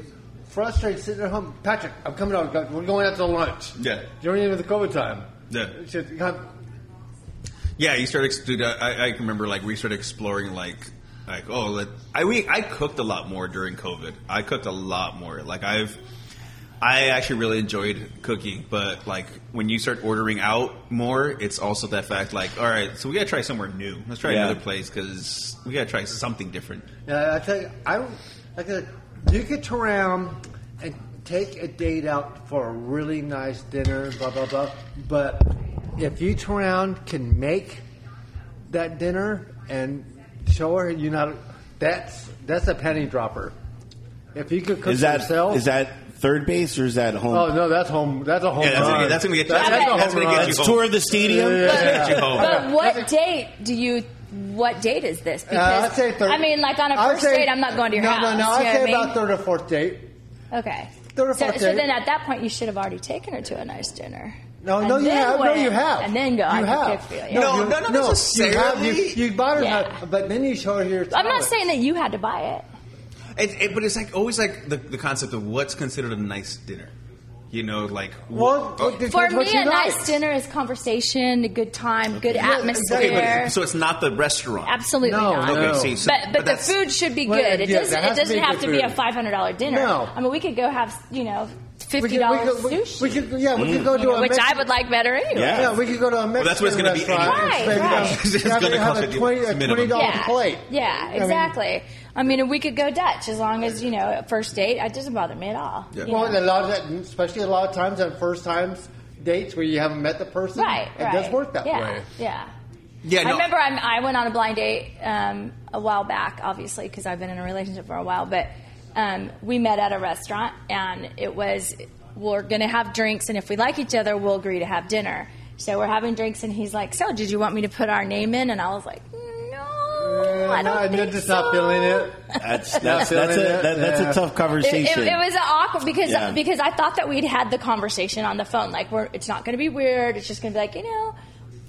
S4: frustrated sitting at home. Patrick, I'm coming out. We're going out to lunch.
S1: Yeah.
S4: During even the COVID time.
S1: Yeah.
S4: She'd come,
S1: Yeah, you started. ex- Dude, I, I can remember like we started exploring like like oh let, I we I cooked a lot more during COVID. I cooked a lot more. Like I've I actually really enjoyed cooking, but like when you start ordering out more, it's also that fact like all right, so we gotta try somewhere new. Let's try
S3: Yeah.
S1: another place because we gotta try something different.
S4: Yeah, I tell you, I like uh, you could turn around and take a date out for a really nice dinner, blah blah blah. But if you turn around can make that dinner and show her you know that's that's a penny dropper. If you could cook
S3: Is that
S4: yourself,
S3: is that third base or is that home?
S4: Oh no, that's home. That's a home
S1: Yeah, that's
S4: run.
S1: gonna- that's gonna get you-
S4: That- that's a
S1: that's
S4: home
S1: gonna get
S4: run.
S1: you
S3: Let's tour of the stadium.
S1: Get you home.
S5: But what date do you? What date is this?
S4: Uh, I'd say third.
S5: I mean, like on a
S4: I'd
S5: first
S4: say-
S5: date, I'm not going to your
S4: no,
S5: house.
S4: No, no,
S5: you
S4: I'd
S5: know
S4: say
S5: what I mean?
S4: about third or fourth date.
S5: Okay.
S4: Third or
S5: so,
S4: fourth
S5: so
S4: date.
S5: then at that point, you should have already taken her to a nice dinner.
S4: No,
S5: And
S4: no, you
S5: then
S4: have. No,
S5: went-
S4: you have.
S5: And then go,
S4: You
S5: I can
S4: have.
S5: cook for you. yeah.
S1: No,
S4: you,
S1: no, no,
S4: You, have, you,
S1: necessarily.
S4: you bought her,
S5: Yeah.
S4: that, but then you show her your.
S5: I'm not
S4: talent.
S5: saying that you had to buy it.
S1: It, it, but it's like always like the, the concept of what's considered a nice dinner. You know, like
S4: Well,
S1: oh,
S4: it depends
S5: For me,
S4: what you
S5: a
S4: like.
S5: nice dinner is conversation, a good time, good atmosphere.
S1: okay, but, so it's not the restaurant.
S5: Absolutely
S4: No,
S5: not.
S4: no.
S1: Okay, see, so,
S5: But, but, the
S1: that's-
S5: food should be
S4: Well,
S5: good. It
S4: yeah,
S5: doesn't.
S4: there
S5: It
S4: has to be
S5: doesn't have
S4: good
S5: to be a
S4: food.
S5: five hundred dollar dinner.
S4: No.
S5: I mean, we could go have you know
S4: We
S5: fifty
S4: could, we
S5: dollars
S4: could, we,
S5: sushi,
S4: we could, yeah, we could go
S5: you
S4: to
S5: know,
S4: a
S5: which
S4: Mexican,
S5: I would like better anyway.
S3: Yeah.
S4: Yeah, we could go to a Mexican
S1: Mm. that's what it's gonna be
S4: restaurant.
S1: anyway.
S5: Right,
S4: Maybe
S5: right.
S4: have-
S1: It's
S4: have
S1: gonna
S4: a- have
S1: cost
S4: a
S1: you
S4: twenty a
S1: minimum.
S4: twenty dollar
S5: yeah.
S4: plate.
S5: Yeah, exactly. I mean, and we could go Dutch as long as you know at first date. It doesn't bother me at all.
S1: Yeah.
S5: you
S4: Well,
S5: know.
S4: and a lot of that, especially a lot of times on first times dates where you haven't met the person,
S5: right,
S4: it
S5: right.
S4: does work that
S5: yeah,
S4: way.
S5: Yeah.
S1: Yeah, no.
S5: I remember I'm, I went on a blind date um, a while back, obviously, because I've been in a relationship for a while. But um, we met at a restaurant, and it was we're going to have drinks, and if we like each other, we'll agree to have dinner. So we're having drinks, and he's like, "So, did you want me to put our name in?" And I was like, "No, I
S4: Uh,
S5: don't
S4: I'm
S5: think
S4: just
S5: so."
S4: not feeling it.
S3: That's that's
S4: feeling
S3: that's a
S4: it?
S3: that, that's
S4: Yeah.
S3: a tough
S5: It, it-
S3: conversation.
S5: it was awkward because
S3: Yeah.
S5: because I thought that we'd had the conversation on the phone. Like, we're, it's not going to be weird. It's just going to be like, you know,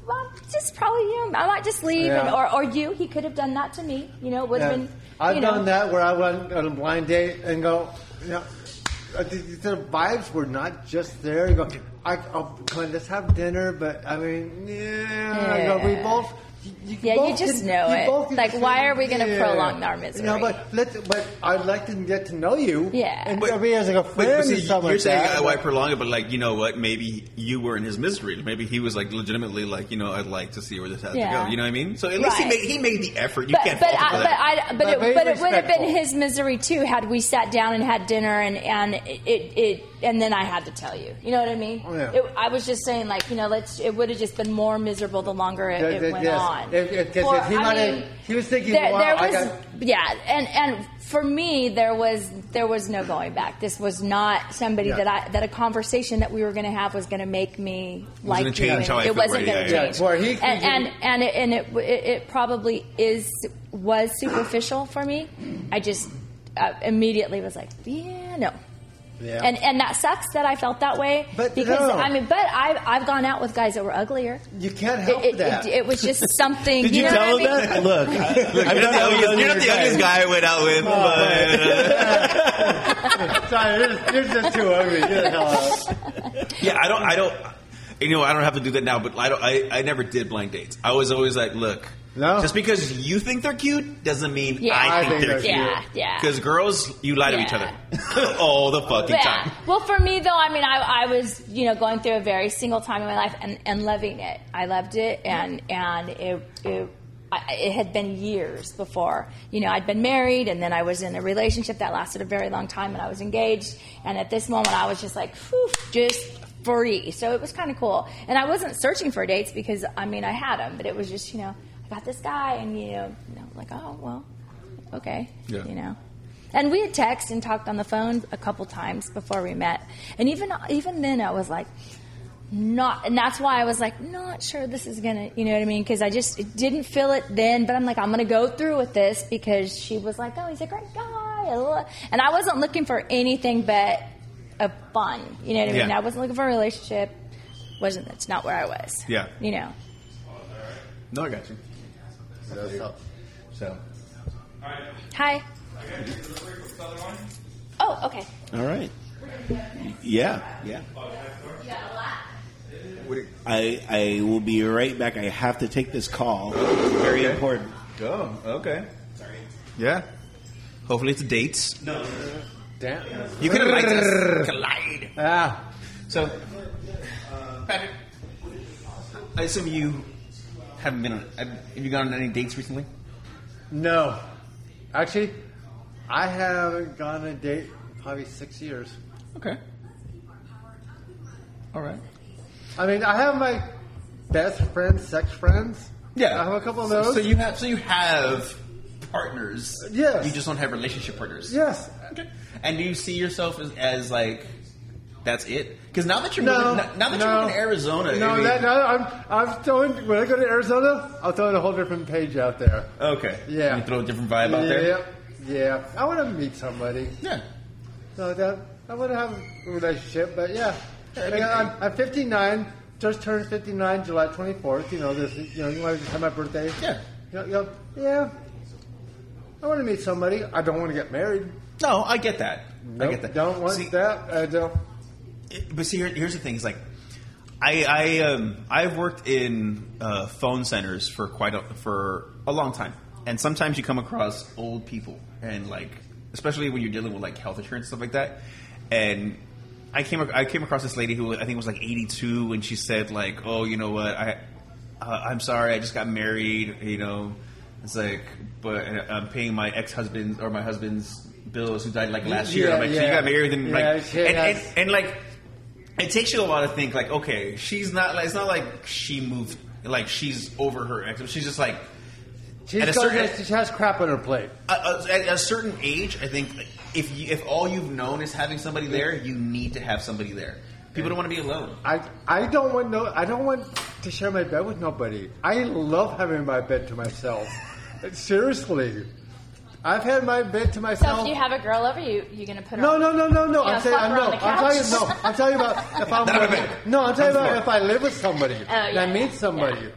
S5: well, just probably you. Know, I might just leave, and,
S4: Yeah.
S5: or or you. He could have done that to me. You know, it would
S4: Yeah.
S5: have been.
S4: I've
S5: you know,
S4: done that where I went on a blind date and go, you know, uh, the, the vibes were not just there. You go, I, oh, come on, let's have dinner, but I mean, yeah, I go, we
S5: Yeah.
S4: both. You, you
S5: Yeah, you
S4: both
S5: just
S4: can-
S5: know
S4: you
S5: it.
S4: both can
S5: Like,
S4: say,
S5: why are we gonna
S4: yeah.
S5: prolong our
S4: You know,
S5: misery?
S4: but let's. But I'd like to get to know you.
S5: Yeah.
S4: and
S1: But-
S4: be as like a
S1: but-
S4: friend
S1: but see,
S4: or something
S1: You're
S4: uh, like
S1: saying
S4: that.
S1: I why prolong it, but like you know what? Maybe you were in his misery. Maybe he was like legitimately like you know I'd like to see where this has to
S5: Yeah.
S1: go. You know what I mean? So at least
S5: Right.
S1: he made he made the effort. You
S5: But
S1: can't
S5: but
S1: fault him
S5: I,
S1: for
S5: but
S1: that.
S5: I but,
S4: But
S5: it,
S4: very
S5: but it would have been
S4: respectful.
S5: his misery too had we sat down and had dinner and and it it and then I had to tell you. You know what I mean?
S4: Oh, Yeah.
S5: It, I was just saying like you know let's it would have just been more miserable the longer it,
S4: That-
S5: it
S4: that-
S5: went
S4: yes.
S5: on.
S4: If- if- 'cause
S5: Or,
S4: if he
S5: I
S4: might have-
S5: mean,
S4: he was thinking,
S5: there,
S4: "Wow,
S5: there
S4: I
S5: was
S4: got-"
S5: yeah and and for me there was there was no going back. This was not somebody
S4: Yeah.
S5: that I that a conversation that we were going to have was going to make me like
S1: gonna
S5: you.
S1: change how I
S5: it
S1: feel,
S5: wasn't
S1: right,
S5: going
S1: yeah,
S5: to
S1: yeah.
S5: change.
S4: Yeah, where he could-
S5: and, and and it, and it, it it probably is was superficial for me. I just I immediately was like, yeah, no.
S4: Yeah.
S5: And and that sucks that I felt that way.
S4: But
S5: because
S4: no.
S5: I mean, but I've I've gone out with guys that were uglier.
S4: you can't help
S5: It, it,
S4: that.
S5: it, it was just something.
S3: Did you,
S5: know
S3: tell him
S5: what I mean?
S3: that? Look, I,
S1: Look,
S3: I've
S1: you're, not
S3: done
S1: the youngest, you're not the
S3: guys.
S1: youngest guy I went out with. but,
S4: Sorry, you're, you're just too ugly. Get the hell out.
S1: yeah, I don't. I don't. You know, I don't have to do that now. But I don't. I, I never did blind dates. I was always like, look,
S4: No.
S1: just because you think they're cute doesn't mean
S5: Yeah. I
S1: I, think,
S4: think
S1: they're
S4: they're
S1: cute.
S5: Yeah, yeah.
S1: Because girls, you lie to each
S5: Yeah.
S1: other all the fucking time.
S5: Well, for me though, I mean, I, I was you know going through a very single time in my life and, and loving it. I loved it, and and it it, I, it had been years before. You know, I'd been married, and then I was in a relationship that lasted a very long time, and I was engaged. And at this moment, I was just like, whew, just free. So it was kind of cool. And I wasn't searching for dates because I mean I had them, but it was just you know I got this guy, and you know, you know like oh well, okay,
S1: Yeah.
S5: you know. And we had texted and talked on the phone a couple times before we met. And even even then, I was like, not, and that's why I was like, not sure this is gonna, you know what I mean? Because I just it didn't feel it then. But I'm like, I'm gonna go through with this because she was like, oh, he's a great guy, and I wasn't looking for anything but a fun, you know what I mean?
S1: Yeah.
S5: I wasn't looking for a relationship. wasn't That's not where I was.
S1: Yeah.
S5: you know.
S1: No, I got you. So,
S5: Hi. Oh, okay.
S3: All right. Yeah, yeah. I I will be right back. I have to take this call. Very important.
S1: go. Okay. Sorry. Yeah. Hopefully, it's dates. No,
S4: Damn.
S1: you could have liked us. Collide.
S4: Ah,
S1: So, uh, Patrick, I assume you haven't been on. Have have you gone on any dates recently?
S4: no. Actually, I haven't gone on a date in probably six years.
S1: Okay. All right.
S4: I mean, I have my best friends, sex friends.
S1: Yeah,
S4: I have a couple of those. Uh,
S1: So you have, so you have partners.
S4: Yes.
S1: You just don't have relationship partners.
S4: yes.
S1: Okay. And do you see yourself as, as like that's it? Because now that you're
S4: No.
S1: moving, now, now that
S4: no.
S1: you're moving to Arizona, I
S4: No,
S1: mean-
S4: that, no I'm, I'm throwing, when I go to Arizona, I'll throw in a whole different page out there.
S1: okay.
S4: Yeah.
S1: You throw a different vibe out there.
S4: Yeah. Yeah. I want to meet somebody.
S1: Yeah.
S4: No, that I would have a relationship, but yeah. Like, I'm, I'm 59, just turned 59, July 24th. You know, this. You know, you want to have my birthday?
S1: Yeah.
S4: You know, you know, yeah. I want to meet somebody. I don't want to get married.
S1: No, I get that. I
S4: Nope,
S1: get that.
S4: Don't want
S1: See,
S4: that. I don't.
S1: it- but see, here, here's the thing: is like, I, I, um, I've worked in uh, phone centers for quite a, for a long time, and sometimes you come across old people, and like, especially when you're dealing with like health insurance stuff like that, and. I came, ac- I came across this lady who I think was like 82, and she said like, "Oh, you know what? I, uh, I'm sorry, I just got married. You know, it's like, but uh, I'm paying my ex husband or my husband's bills who died like last year. I'm
S4: Yeah,
S1: like, so you
S4: yeah.
S1: got married, and like,
S4: Yeah, she
S1: and-
S4: has-
S1: and- and like it takes you a while to think like okay she's not like it's not like she moved like she's over her ex she's just like
S4: She's
S1: At a
S4: got
S1: certain-
S4: this- she has crap on her plate.
S1: a- a- at a certain age i think like, if you, if all you've known is having somebody there you need to have somebody there people don't want to be alone
S4: I I don't want no. I don't want to share my bed with nobody. I love having my bed to myself. Seriously, I've had my bed to
S5: So
S4: myself.
S5: if you have a girl over, you you gonna put her?
S4: No,
S5: on-
S4: no, no, no, no.
S5: You know,
S4: I'm saying,
S5: fuck
S4: I'm,
S5: her
S4: no,
S5: on the
S4: I'm telling you, no.
S5: couch.
S4: I'm telling you about if I'm.
S1: Not a bit.
S4: no, I'm telling you
S1: That's
S4: about if I live with somebody and I
S5: Oh, yeah.
S4: meet somebody.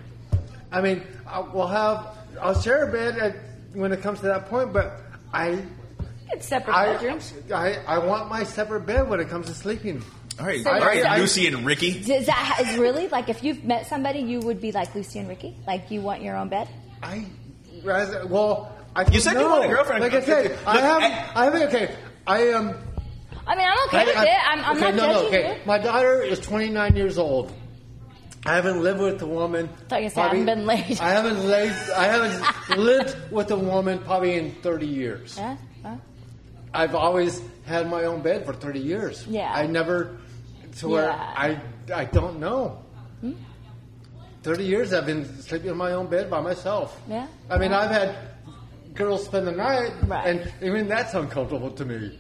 S4: I mean, I, we'll have. I'll share a bed at, when it comes to that point, but I,
S5: It's separate
S4: I,
S5: bedrooms.
S4: I, I want my separate bed when it comes to sleeping.
S1: all right
S5: So
S1: all right
S5: I-
S1: lucy and ricky
S5: Is that is really like if you've met somebody, you would be like Lucy and Ricky, like you want your own bed.
S4: I rather well. I
S1: You said you
S4: no.
S1: want a girlfriend.
S4: Like I said,
S1: Look,
S4: I have.
S1: I-
S4: I, have. Okay, I um, am.
S5: I mean, I'm okay with
S4: I,
S5: it. I'm, I'm
S4: okay,
S5: not
S4: no, no,
S5: judging
S4: okay. My daughter is 29 years old. I haven't lived with a woman.
S5: Thought you said I haven't
S4: probably-
S5: been laid.
S4: I haven't laid. I haven't lived with a woman probably in 30 years.
S5: you. Yeah, well,
S4: I've always had my own bed for 30 years.
S5: Yeah.
S4: I never to where
S5: Yeah. Hmm?
S4: I I don't know. 30 years I've been sleeping in my own bed by myself.
S5: Yeah.
S4: I mean, I've had girls spend the night
S5: Right.
S4: and even that's uncomfortable to me.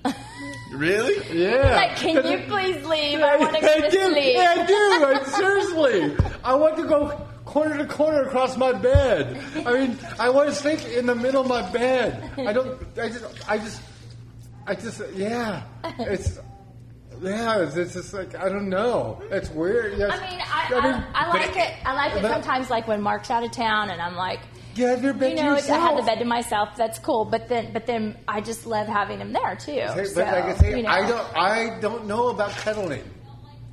S1: really
S4: Yeah.
S5: Like, can you please leave? I want to
S4: I
S5: go to
S4: do.
S5: sleep.
S4: I do. I- seriously, I want to go corner to corner across my bed. I mean, I want to sleep in the middle of my bed. I don't. I just. I just. I just yeah, it's yeah, it's, it's just like I don't know. It's weird. Yes.
S5: I mean, I, I, I like it. I like it
S4: but-
S5: sometimes, like when Mark's out of town, and I'm like,
S4: Get your bed
S5: you
S4: to
S5: know, it's- I had the
S4: yourself.
S5: bed to myself. That's cool. But then, but then I just love having him there too.
S4: Hey,
S5: so,
S4: but like I say,
S5: you know.
S4: I don't I don't know about cuddling.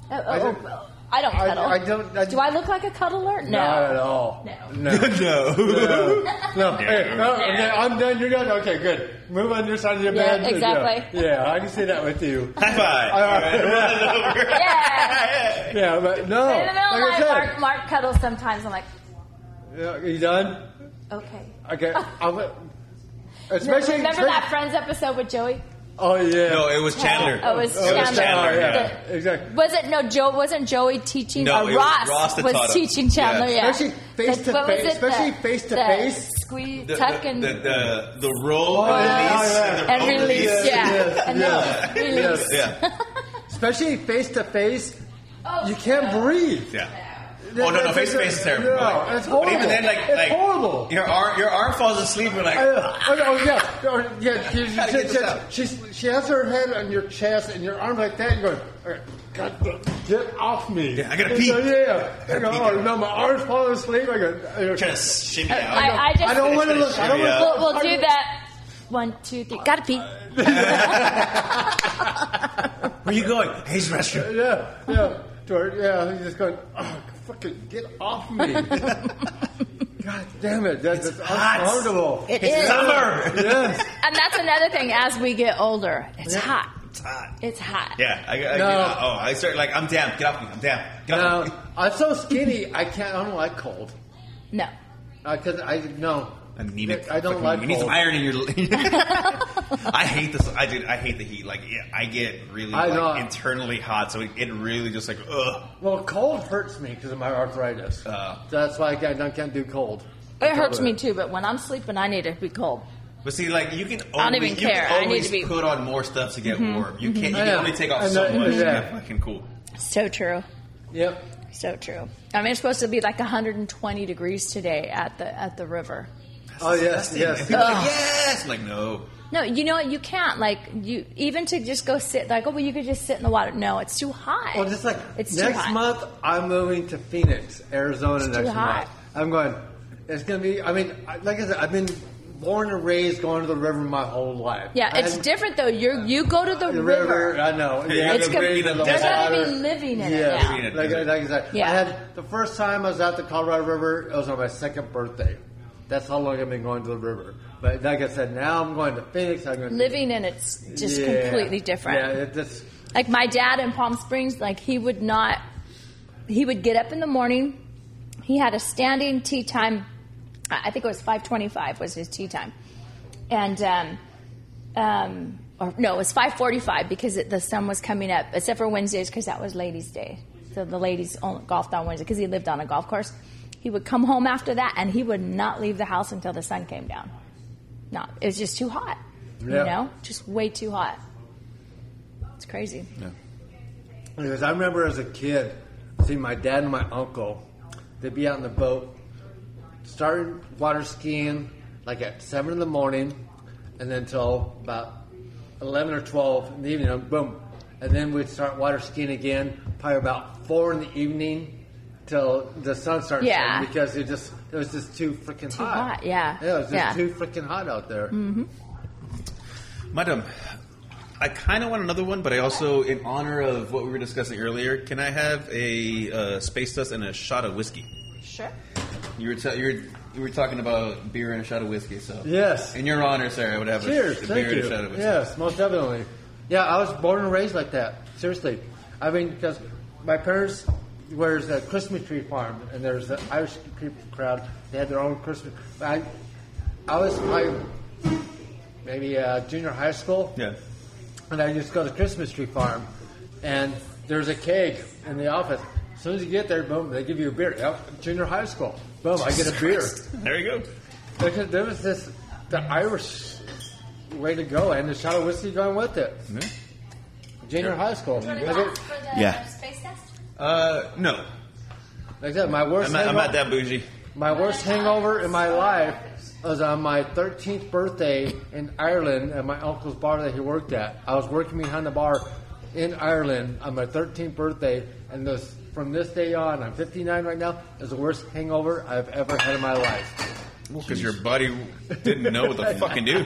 S5: Oh, oh,
S4: I don't-
S5: oh, I don't
S4: I-
S5: cuddle.
S4: I don't- I-
S5: Do I look like a cuddler? No.
S4: Not at all.
S5: No.
S4: No.
S1: no.
S4: No, no, hey, no, okay, I'm done. You're done. Okay, good. Move on your side of your
S5: Yeah,
S4: bed. Yeah,
S5: exactly.
S4: Yeah, I can see that with you.
S1: High five.
S4: All right.
S5: Yeah.
S4: Yeah, but no.
S5: In the middle of the night,
S4: like I said,
S5: Mark, Mark cuddles sometimes. I'm like,
S4: Yeah, you done?
S5: okay.
S4: Okay, I went. Especially
S5: Remember that Friends episode with Joey?
S4: Oh yeah.
S1: No, it was Chandler.
S5: Oh, it was
S1: It was
S5: Chandler.
S1: Chandler,
S4: Oh,
S1: yeah.
S4: yeah. Exactly.
S5: Was it no? Joe wasn't Joey teaching.
S1: No,
S5: uh,
S1: it was
S5: Ross,
S1: Ross that taught him.
S5: was teaching Chandler.
S1: Yeah.
S5: Yeah,
S4: Especially face to
S5: what was
S4: face-
S5: it?
S4: especially
S5: The-
S4: face to
S5: the
S4: face.
S5: Squeeze,
S1: The,
S5: tuck, and
S1: the, the, the, the roll
S4: Oh,
S1: and
S4: yeah,
S1: release.
S4: yeah.
S1: the
S5: and
S1: roll
S5: release. yeah,
S4: yes,
S5: and
S4: yes,
S5: then
S4: yes.
S5: release.
S1: Yeah.
S4: Especially face to face,
S5: Oh,
S4: you can't breathe.
S1: Yeah. Oh no no! Face to face is terrible.
S4: No,
S1: Like,
S4: it's horrible.
S1: But even then, like,
S4: it's
S1: like
S4: horrible.
S1: Your arm, your arm falls asleep. You're like,
S4: I- I- oh yeah, oh, yeah. She,
S1: Gotta get
S4: she,
S1: this out.
S4: she, she's- she has her head on your chest and your arm like that. And you're going, "Okay, God, damn, get off me!
S1: Yeah, I gotta
S4: And
S1: pee.
S4: So, yeah, yeah. I go,
S1: pee
S4: oh
S1: now.
S4: no, my arm's falling asleep. I go, I go,
S1: trying to shimmy out.
S5: Uh, I, I just
S4: I don't want to look. I don't want
S1: Yeah.
S4: to look.
S5: We'll, we'll
S4: I
S5: do
S4: don't-
S5: that. One, two, three. Gotta pee.
S1: Where you going? Hayes restroom.
S4: Yeah, yeah, George. Yeah, he's just going. Oh, fucking get off me! God damn it! That, that's
S1: hot.
S4: uncomfortable.
S5: It
S1: It's
S5: is,
S1: summer.
S4: Yes.
S5: and that's another thing. As we get older, it's hot.
S1: It's hot.
S5: It's hot.
S1: Yeah. I, I,
S4: No.
S1: Oh, I start like, I'm down. Get off me. I'm down. Get off me.
S4: Now I'm so skinny. I can't. I don't like cold.
S5: No.
S4: Because I no.
S1: Anemic.
S4: I don't
S1: Fucking-
S4: like
S1: You need
S4: cold.
S1: some iron in your. I hate this. I do. I hate the heat. Like yeah, I get really
S4: I know.
S1: like, internally hot, so it, it really just like ugh.
S4: Well, cold hurts me because of my arthritis.
S1: Uh.
S4: so that's why I can't, I can't do cold.
S5: It hurts me too, but when I'm sleeping, I need to be cold.
S1: But see, like you can. Always,
S5: don't even
S1: you
S5: care.
S1: Can
S5: I
S1: always
S5: need to be- Mm-hmm.
S1: put on more stuff to get warm. You can't. You
S4: I
S1: can
S4: know.
S1: only take off
S4: I
S1: so
S4: know.
S1: much.
S4: Yeah.
S1: to get fucking cool.
S5: So true.
S4: Yep.
S5: So true. I mean, it's supposed to be like 120 degrees today at the at the river.
S4: Oh yes,
S1: And
S4: yes.
S1: people are like, yes. I'm like no.
S5: No, you know what? You can't like you even to just go sit like oh well you could just sit in the water. No, it's too hot.
S4: Well, just like
S5: it's too
S4: next
S5: hot.
S4: month, I'm moving to Phoenix, Arizona
S5: It's too
S4: next
S5: hot.
S4: month. I'm going. It's gonna be. I mean, I- like I said, I've been born and raised going to the river my whole life.
S5: Yeah,
S4: I
S5: it's
S4: hadn't-
S5: differ't though. You you go to the,
S4: The
S5: river.
S4: river, I know.
S1: Yeah,
S5: It's
S1: gonna be
S5: com-
S1: the
S5: they're
S1: desert.
S5: gonna be living in
S4: yeah,
S5: it now.
S1: now.
S4: Like, like I said,
S5: Yeah.
S4: I had the first time I was at the Colorado River. It was on my second birthday. That's how long I've been going to the river. But like I said, now I'm going to Phoenix. I'm going to
S5: Living in it's just
S4: Yeah.
S5: completely different.
S4: Yeah, it just
S5: Like my dad in Palm Springs, like he would not. He would get up in the morning. He had a standing tea time. I I think it was five twenty-five was his tea time, and um, um, or no, it was five forty-five because it, the sun was coming up. Except for Wednesdays because that was Ladies' Day, so the ladies only golfed on Wednesday because he lived on a golf course. He would come home after that, and he would not leave the house until the sun came down. No, it was just too hot.
S4: Yeah.
S5: You know, just way too hot. It's crazy.
S4: Because I remember as a kid, seeing my dad and my uncle, they'd be out on the boat, starting water skiing like at seven in the morning, and then till about eleven or twelve in the evening. and Boom, and then we'd start water skiing again, probably about four in the evening, till the sun started
S5: Yeah.
S4: setting because it just it was just too freaking
S5: Too
S3: Ah.
S5: hot, yeah.
S4: yeah, it was just
S5: Yeah. Mm-hmm.
S4: too freaking hot out there.
S1: Madam, I kind of want another one, but I also, in honor of what we were discussing earlier, can I have a uh, space dust and a shot of whiskey?
S5: Sure.
S1: You were ta- you were you were talking about beer and a shot of whiskey, so
S4: Yes.
S1: In your honor, sir, I would have
S4: Cheers.
S1: a, a
S4: Thank
S1: beer and a
S4: you.
S1: shot of whiskey.
S4: Yes, most definitely. Yeah, I was born and raised like that. Seriously. I mean, because my parents, where's a Christmas tree farm, and there's the Irish people crowd. They had their own Christmas. I, I was my maybe uh, junior high school.
S1: Yeah.
S4: And I just go to the Christmas tree farm, and there's a keg in the office. As soon as you get there, boom, they give you a beer. Yep, junior high school. Boom, I get a beer.
S1: There you go.
S4: Because there was this the Irish way to go, and the shot of whiskey going with it.
S1: Yeah.
S4: Junior high school. Like, it,
S3: Yeah.
S5: space test?
S1: Uh, no,
S4: like that, my worst.
S1: I'm not, I'm
S4: hangover,
S1: not that bougie.
S4: My worst hangover in my life I was on my 13th birthday in Ireland at my uncle's bar that he worked at. I was working behind the bar in Ireland on my 13th birthday, and this from this day on, I'm 59 right now, is the worst hangover I've ever had in my life.
S1: Because your buddy didn't know what the fucking do.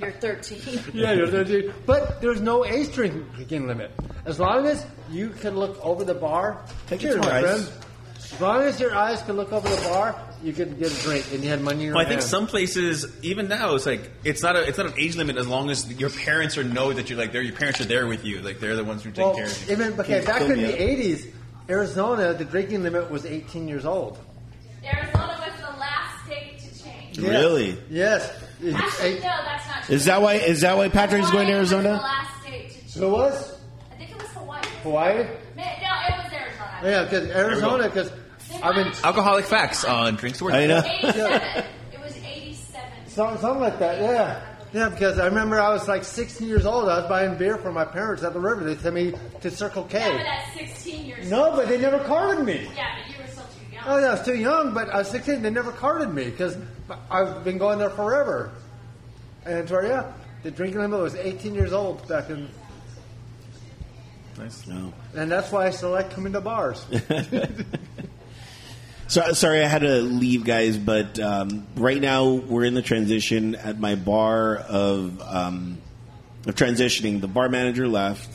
S5: You're 13.
S4: Yeah, you're 13. But there's no age drinking limit. As long as you can look over the bar,
S3: Take
S4: cheers,
S3: your
S4: my
S3: eyes.
S4: friend. As long as your eyes can look over the bar, you can get a drink, and you had money in your
S1: Well, I think
S4: hand.
S1: some places, even now, it's like it's not a it's not an age limit as long as your parents are know that you're like there. Your parents are there with you, like they're the ones who take
S4: Well,
S1: care of you.
S4: even okay,
S3: you
S4: back
S3: fill
S4: in
S3: me
S4: the
S3: up?
S4: '80s, Arizona, the drinking limit was 18 years old.
S5: Arizona was the last state to change.
S4: Yes.
S3: Really?
S4: Yes. It's
S5: Actually, no,
S4: eight-
S5: that's not true.
S3: Is that why? Is that why Patrick's
S5: Hawaii
S3: going to
S5: was The
S3: Arizona?
S5: last state to change.
S4: So was
S5: I think it was Hawaii.
S4: Hawaii?
S5: Ma- No, it was Arizona.
S4: Yeah, because Arizona, because I mean,
S1: Alcoholic facts on drinks. Worth It.
S3: I know.
S5: 87. it was 87.
S4: something, something like that. Yeah. Yeah, because I remember I was like 16 years old. I was buying beer for my parents at the river. They sent me to Circle
S5: Yeah, but
S4: K.
S5: at 16 years
S4: No, but they never carded me.
S5: Yeah, but you were still too young.
S4: Oh, yeah, I was too young, but I was 16. They never carded me because I've been going there forever. And so, yeah, the drinking limit was 18 years old back in
S1: Nice.
S3: No.
S4: And that's why I still like coming to bars.
S3: So sorry, I had to leave, guys. But um, right now we're in the transition at my bar of um, of transitioning. The bar manager left.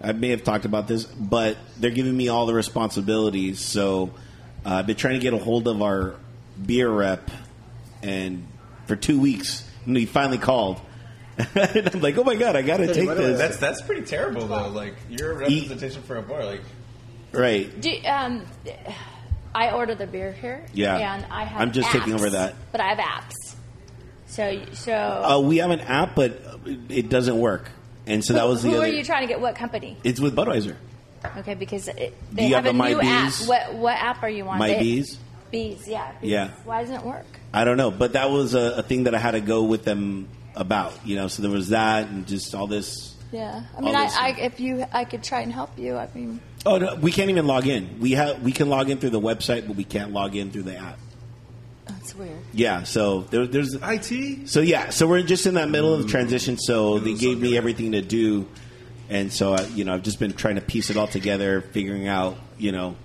S3: I may have talked about this, but they're giving me all the responsibilities. So uh, I've been trying to get a hold of our beer rep, and for two weeks, and he finally called. and I'm like, oh my god, I got to
S4: Hey,
S3: take
S4: what do I
S3: this.
S1: That's that's pretty terrible though. Like you're a representation for a bar. Like
S3: right.
S5: Do, um, I order the beer here.
S3: Yeah.
S5: And I have
S3: I'm just taking
S5: apps,
S3: over that.
S5: But I have apps. So, so.
S3: Uh, we have an app, but it doesn't work, and so that was
S5: who
S3: the
S5: who
S3: other.
S5: are you trying to get? What company?
S3: it's with Budweiser.
S5: Okay, because it, they
S3: you
S5: have,
S3: have the
S5: a
S3: My
S5: new
S3: Bees?
S5: app. What what app are you on?
S3: My
S5: They-
S3: Bees?
S5: Bees, yeah. Bees.
S3: Yeah.
S5: Why doesn't it work?
S3: I don't know, but that was a, a thing that I had to go with them about, you know. So there was that, and just all this.
S5: Yeah. I
S3: mean,
S5: mean,
S3: All
S5: I,
S3: this I- stuff.
S5: if you, I could try and help you. I mean,
S3: Oh, no, we can't even log in. We have we can log in through the website, but we can't log in through the app.
S5: that's weird.
S3: Yeah, so there, there's.
S1: it.
S3: So yeah, so we're just in that middle of transition. Mm-hmm. So they gave me everything to do, and so I, you know I've just been trying to piece it all together, figuring out, you know,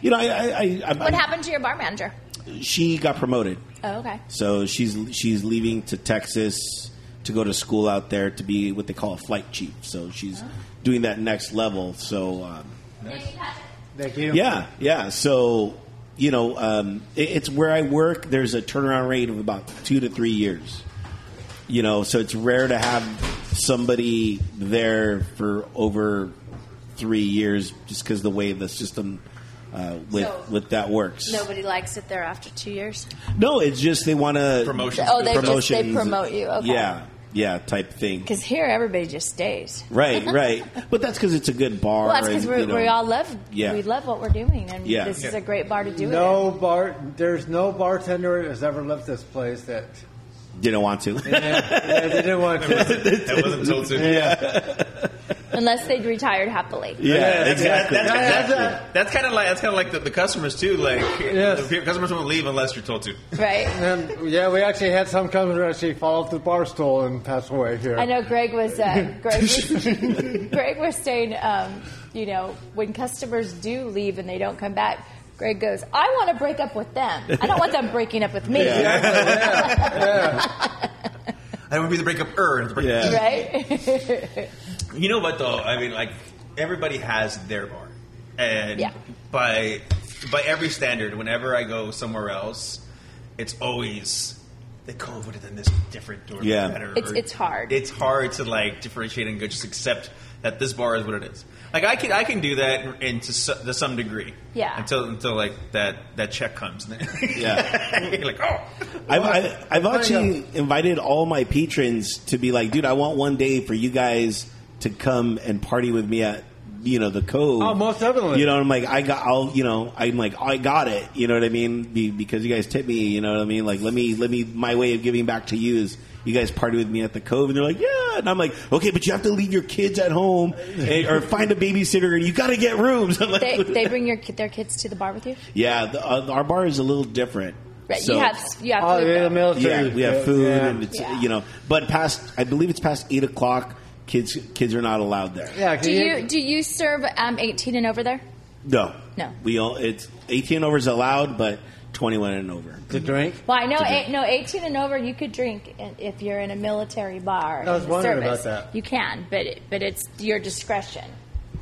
S3: you know I I, I, I
S5: What happened to your bar manager?
S3: She got promoted.
S5: Oh, okay.
S3: So she's she's leaving to Texas to go to school out there to be what they call a flight chief. So she's doing that next level. So um,
S4: Thank you.
S3: yeah, yeah. So you know, um, it, it's where I work. There's a turnaround rate of about two to three years. You know, so it's rare to have somebody there for over three years, just because the way the system uh, with
S5: So-
S3: with that works.
S5: Nobody likes it there after two years.
S3: No, it's just they want to
S1: Promotions.
S5: Oh, they
S3: promotions.
S5: just they promote you. Okay.
S3: Yeah, yeah, type thing.
S5: Because here, everybody just stays.
S3: Right, right. But that's because it's a good bar.
S5: Well, that's because
S3: and,
S5: we
S3: you know,
S5: we all love.
S3: Yeah.
S5: We love what we're doing, and
S3: Yeah.
S5: this is
S1: Yeah.
S5: a great bar to do it.
S4: No bar. There's no bartender has ever left this place that
S3: didn't want to.
S4: Yeah, they didn't want to.
S1: That wasn't told to.
S5: in. Unless they retired happily.
S3: yeah,
S1: That-
S3: exactly.
S1: that's
S4: Yeah, yeah,
S1: that's-
S4: yeah.
S1: that's kind of like that's kind of like the, the customers too. Like
S4: Yes.
S1: the people- customers won't leave unless you're told to.
S5: Right.
S4: And yeah, we actually had some customer actually fall off the bar stool and pass away here.
S5: I know Greg was uh, Greg was, Greg was saying, um, you know, when customers do leave and they don't come back, Greg goes, "I want to break up with them. I don't want them breaking up with me."
S1: That would be the breakup. Er, the breakup.
S3: Yeah.
S5: Right.
S1: You know what though? I mean, like everybody has their bar, and
S5: Yeah.
S1: by by every standard, whenever I go somewhere else, it's always they could have done this different or
S3: Yeah.
S1: better.
S5: It's-
S1: or-
S5: it's hard.
S1: It's hard to like differentiate and go just accept that this bar is what it is. Like I can I can do that in to, so- to some degree.
S5: Yeah.
S1: Until until like that that check comes. And then
S3: Yeah.
S1: You're like oh.
S3: I've, I, I've actually invited all my patrons to be like, dude, I want one day for you guys to come and party with me at you know the cove.
S4: Oh, most definitely.
S3: You know, I'm like, I got, I'll, you know, I'm like, I got it. You know what I mean? Be, because you guys tip me. You know what I mean? Like, let me, let me. My way of giving back to you is you guys party with me at the cove, and they're like, yeah. And I'm like, okay, but you have to leave your kids at home and, or find a babysitter, and you got to get rooms. I'm like,
S5: they, they bring your ki- their kids to the bar with you.
S3: yeah, the, uh, our bar is a little different.
S5: Right.
S3: So-
S5: you have you have
S4: Oh,
S5: food.
S4: yeah, the
S5: though.
S4: military.
S3: Yeah, we have food,
S4: Yeah.
S3: and it's
S5: Yeah.
S3: you know, but past I believe it's past eight o'clock. Kids, kids are not allowed there.
S4: Yeah, 'cause
S5: Do you do you serve um, eighteen and over there?
S3: No,
S5: No.
S3: We all it's eighteen and over is allowed, but twenty-one and over.
S4: to drink?
S5: Well, I know eight, no eighteen and over you could drink in- if you're in a military bar.
S4: I was
S5: in the
S4: wondering
S5: service.
S4: about that.
S5: You can, but it, but it's your discretion.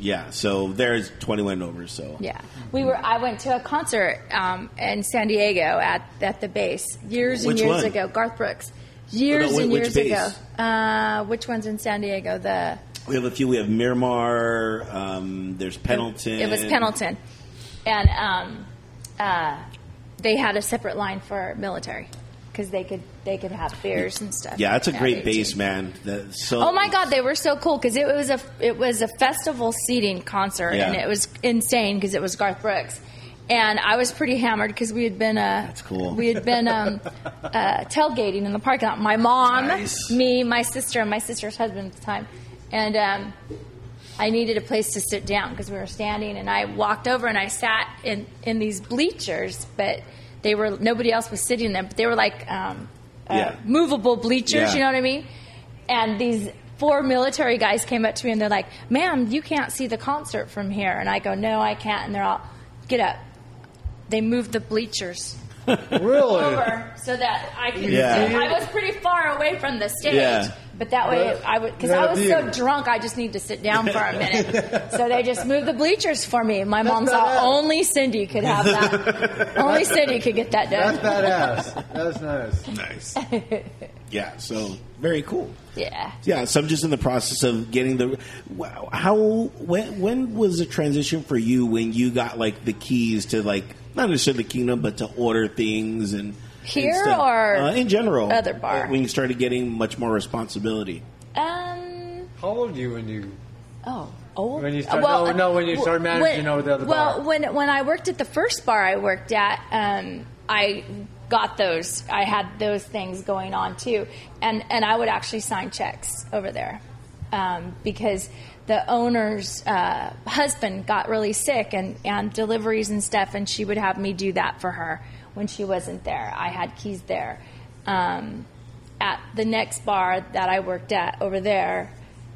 S3: Yeah, so there's twenty-one and over. So
S5: Yeah, we were. I went to a concert um, in San Diego at at the base years and
S3: Which
S5: years
S3: one?
S5: ago. Garth Brooks, years
S3: No, whi-
S5: and
S3: which
S5: years
S3: base?
S5: ago. Uh, which one's in San Diego? The
S3: we have a few. We have Miramar. Um, there's Pendleton.
S5: it was Pendleton, and um, uh, they had a separate line for military because they could they could have beers and stuff.
S3: Yeah, that's a
S5: at
S3: great
S5: 18.
S3: base, man. That- so
S5: Oh my God, they were so cool because it was a it was a festival seating concert
S3: Yeah.
S5: and it was insane because it was Garth Brooks, and I was pretty hammered because we had been uh,
S3: That's cool.
S5: we had been um, uh, tailgating in the parking lot. My mom,
S3: Nice.
S5: me, my sister, and my sister's husband at the time, and um, I needed a place to sit down because we were standing, and I walked over and I sat in in these bleachers, but they were nobody else was sitting there, but they were like um, uh,
S3: Yeah.
S5: movable bleachers,
S3: Yeah.
S5: you know what I mean? And these four military guys came up to me and they're like, "Ma'am, you can't see the concert from here," and I go, "No, I can't," and they're all, "Get up." They moved the bleachers
S4: Really?
S5: over so that I could.
S3: Yeah.
S5: I was pretty far away from the stage,
S3: Yeah.
S5: but that way I would because I
S4: Not a
S5: was so
S4: theater.
S5: drunk. I just need to sit down for a minute. so they just moved the bleachers for me. My mom
S4: That's
S5: thought
S4: badass.
S5: only Cindy could have that. only Cindy could get that
S4: That's
S5: done.
S4: badass. That's nice.
S3: nice. yeah, so very cool.
S5: Yeah.
S3: Yeah, so I'm just in the process of getting the. Wow, how when when was the transition for you when you got like the keys to like not necessarily the kingdom but to order things and and
S5: Here
S3: stuff?
S5: or
S3: uh, in general uh,
S5: other bar?
S3: when you started getting much more responsibility.
S5: Um.
S4: How old were you when you?
S5: Oh, old.
S4: When you start- no, no, when you start managing over the other
S5: well,
S4: bar.
S5: when when I worked at the first bar I worked at, um, I got those. I had those things going on too, and and I would actually sign checks over there um, because the owner's uh, husband got really sick and and deliveries and stuff, and she would have me do that for her when she wasn't there. I had keys there. Um, at the next bar that I worked at over there,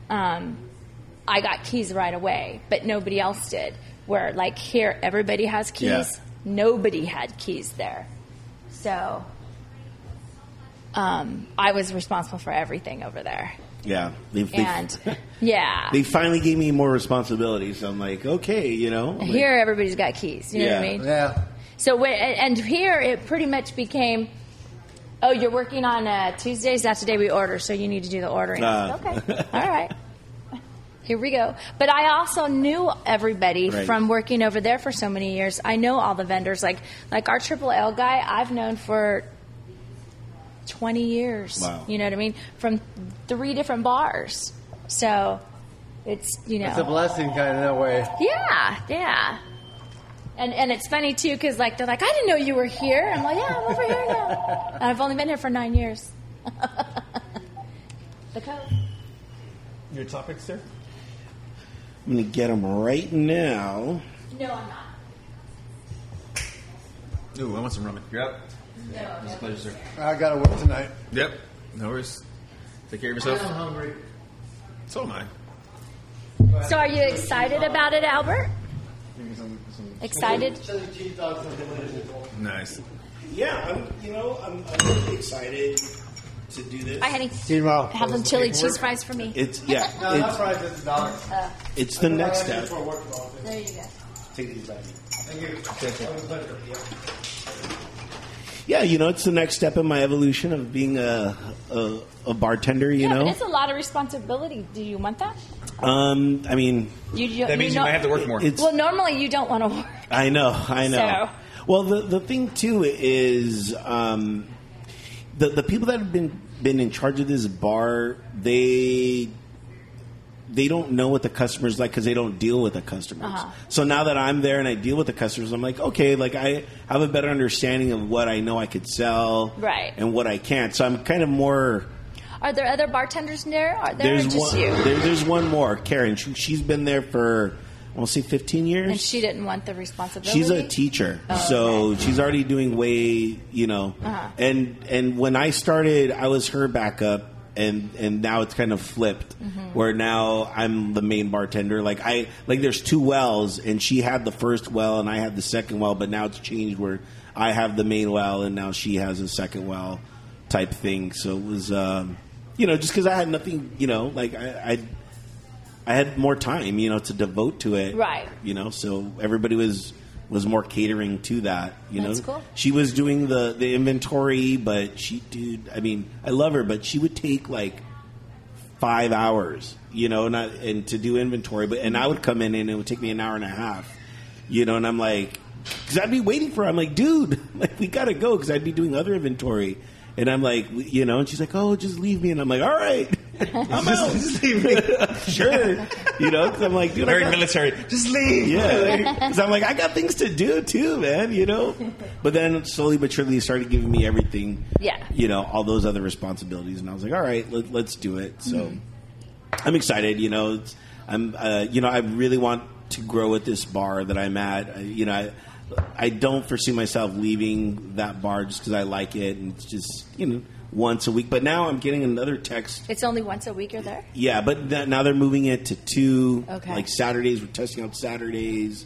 S5: um, I got keys right away, but nobody else did. Where like here, everybody has keys.
S3: Yeah.
S5: Nobody had keys there, so um, I was responsible for everything over there.
S3: Yeah, they, they,
S5: And yeah,
S3: they finally gave me more responsibility, so I'm like, okay, you know, like-
S5: here everybody's got keys. You know what I
S3: Yeah.
S5: mean?
S4: Yeah.
S5: So when, and and here it pretty much became, oh, you're working on uh, Tuesdays. That's the day we order, so you need to do the ordering.
S3: Ah.
S5: Okay, all right. Here we go. But I also knew everybody
S3: Right.
S5: from working over there for so many years. I know all the vendors. Like like our Triple L guy, I've known for twenty years.
S3: Wow.
S5: You know what I mean? From three different bars. So it's you know
S4: It's a blessing, kind of that way.
S5: yeah, yeah. And and it's funny too because like they're like, I didn't know you were here. I'm like, yeah, I'm over here now. And I've only been here for nine years. the code.
S1: Your topics there?
S3: I'm gonna get them right now.
S5: No, I'm not.
S1: Ooh, I want some ramen. You're up. Yeah. It's a pleasure, sir.
S4: I gotta work tonight.
S1: Yep. No worries. Take care of yourself.
S4: hungry.
S1: So am I.
S5: So are you excited about it, Albert? Excited?
S1: Nice.
S3: Yeah, I'm, you know, I'm, I'm really excited to do this.
S5: Hi, honey.
S4: See you tomorrow.
S5: Have some chili cheese fries for me. Uh,
S3: It's yeah,
S4: No,
S3: it's,
S4: that's right. This is dollars.
S3: it's the next step.
S5: There you go.
S3: Take these back.
S4: Thank you.
S3: Yeah, you know, it's the next step in my evolution of being a a, a bartender. You
S5: yeah, but
S3: know,
S5: it's a lot of responsibility. Do you want that?
S3: um, I mean,
S5: You, you
S1: That means you
S5: know-
S1: might have to work more.
S3: it's
S5: Well, normally you don't want to work.
S3: I know, I know.
S5: So-
S3: Well, the the thing too is um, the the people that have been been in charge of this bar they they don't know what the customers like because they don't deal with the customers.
S5: Uh-huh.
S3: So now that I'm there and I deal with the customers, I'm like, okay, like I have a better understanding of what I know I could sell,
S5: Right.
S3: and what I can't. So I'm kind of more.
S5: Are there other bartenders in there? Are there or
S3: There's
S5: just
S3: one.
S5: you?
S3: There, there's one more, Karen. She, she's been there for want to say 15 years.
S5: And she didn't want the responsibility.
S3: She's a teacher, so she's already doing way, you know. And and when I started, I was her backup, and and now it's kind of flipped, where now I'm the main bartender. Like I like there's two wells, and she had the first well, and I had the second well, but now it's changed where I have the main well, and now she has a second well type thing. So it was, um, you know, just because I had nothing, you know, like I. I I had more time, you know, to devote to it
S5: Right.
S3: you know so everybody was was more catering to that you
S5: That's
S3: know
S5: cool.
S3: she was doing the the inventory but she dude i mean i love her but she would take like five hours you know not and to do inventory but and i would come in and it would take me an hour and a half you know and i'm like because i'd be waiting for her i'm like dude like we gotta go because i'd be doing other inventory and i'm like you know and she's like oh just leave me and i'm like all right i'm out sure you know because i'm like dude I
S1: Very
S3: got-
S1: military. Just leave.
S3: yeah, because I'm like, I got things to do too, man. You know. But then slowly but surely, he started giving me everything.
S5: Yeah.
S3: You know, all those other responsibilities, and I was like, all right, let, let's do it. So, I'm excited. You know, it's, I'm. Uh, you know, I really want to grow at this bar that I'm at. I, you know, I. I don't foresee myself leaving that bar just because I like it and it's just you know once a week. But now I'm getting another text
S5: It's only once a week you're there.
S3: yeah, but th- now they're moving it to two.
S5: Okay.
S3: Like Saturdays, we're testing out Saturdays,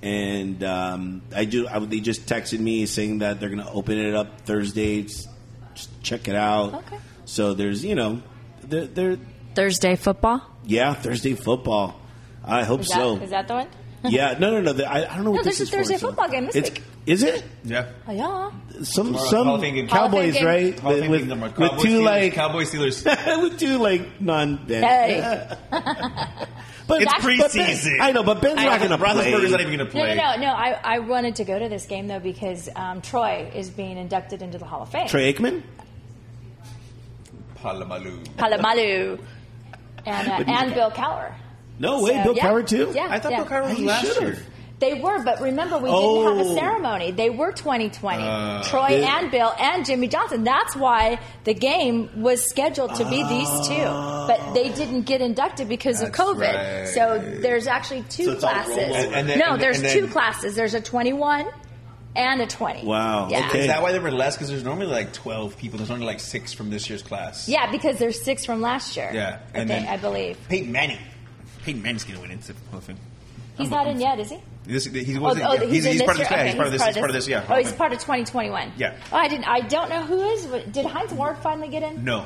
S3: and um, I do. I, they just texted me saying that they're going to open it up Thursdays. Just check it out.
S5: Okay.
S3: So there's, you know, there, there.
S5: Thursday football.
S3: Yeah, Thursday football. I hope
S5: Is that,
S3: so.
S5: is that the one?
S3: yeah, no, no, no. the- I, I don't know. what
S5: No,
S3: this is
S5: there's a Thursday
S3: for, so-
S5: football game this
S3: it's,
S5: week.
S3: Is it
S1: Yeah.
S5: Oh, yeah.
S3: some
S1: Tomorrow,
S3: some
S1: Hall of Fame game. Hall
S5: of Fame
S3: Cowboys
S5: game.
S3: right
S1: Hall of Fame
S3: with,
S1: kingdom or
S3: with,
S1: Cowboy
S3: with two
S1: Steelers-
S3: like
S1: Cowboy Steelers.
S3: with two like non.
S5: Hey.
S3: But
S1: It's
S3: but Ben-
S1: preseason.
S3: I know, but Ben's
S5: I
S3: not
S5: know.
S3: going to play.
S1: Roethlisberger's not even going to
S5: No, no,
S1: play.
S5: no, no. I, I wanted to go to this game though because um, Troy is being inducted into the Hall of Fame.
S3: Troy Aikman.
S1: Palamalu.
S5: Palomalu and uh,
S3: But he's-
S5: and Bill Cower.
S1: Oh,
S3: No way,
S5: So,
S3: Bill
S5: yeah.
S3: Cowher too.
S5: Yeah,
S1: I thought
S5: yeah.
S1: Bill Carter was
S3: He
S1: last
S3: should've.
S1: year.
S5: They were, but remember, we didn't have
S3: Oh.
S5: a ceremony. They were 2020.
S1: Uh,
S5: Troy
S3: they-
S5: and Bill and Jimmy Johnson. That's why the game was scheduled to be these two, but they didn't get inducted because of
S1: Oh. That's
S5: COVID.
S1: right.
S5: So there's actually two
S3: So it's all
S5: classes.
S3: rolled over.
S1: And then-
S5: no,
S1: and-
S5: there's
S1: and then-
S5: two classes. There's a 21 and a 20.
S3: Wow,
S5: Yeah.
S3: okay.
S1: Is that why they were less? Because there's normally like 12 people. There's only like six from this year's class.
S5: Yeah, because there's six from last year.
S1: Yeah,
S5: I, think,
S1: and then-
S5: I believe
S1: Peyton Manning. Peyton Manning's going to win into the Hall of Fame.
S5: he's not in yet, is he?
S1: This, he wasn't, yeah,
S5: Oh, he's
S1: he's,
S5: in
S1: he's part of
S5: year?
S1: this. Yeah,
S5: Okay,
S1: he's part of this. He's part of this. Yeah.
S5: Oh,
S1: Hall of
S5: he's
S1: Fame.
S5: part of 2021.
S1: Yeah.
S5: Oh, I didn't. I don't know who is. Did Heinz Ward finally get in?
S1: No. Uh,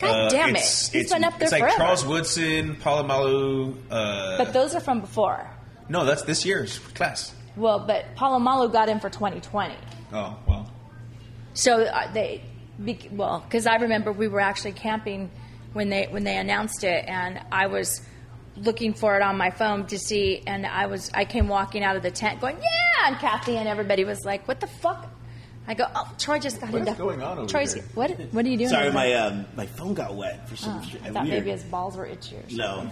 S5: God damn it.
S1: It's,
S5: He's
S1: it's-
S5: been up there
S1: It's like
S5: forever.
S1: Charles Woodson, Palomalu. Uh,
S5: But those are from before.
S1: no, that's this year's class.
S5: Well, but Palomalu got in for 2020.
S1: Oh, well.
S5: So uh, they, be, well, because I remember we were actually camping when they when they announced it, and I was looking for it on my phone to see, and I was I came walking out of the tent going, yeah, and Kathy and everybody was like, what the fuck? I go, oh, Troy just got
S1: What is
S5: inducted.
S1: going on over
S5: Troy's,
S1: there?
S5: What what are you doing?
S3: Sorry,
S5: over
S3: my
S5: there?
S3: um, my phone got wet for some.
S5: Oh,
S3: reason.
S5: I thought
S3: uh, Weird.
S5: maybe his balls were itchy. Or something.
S3: no.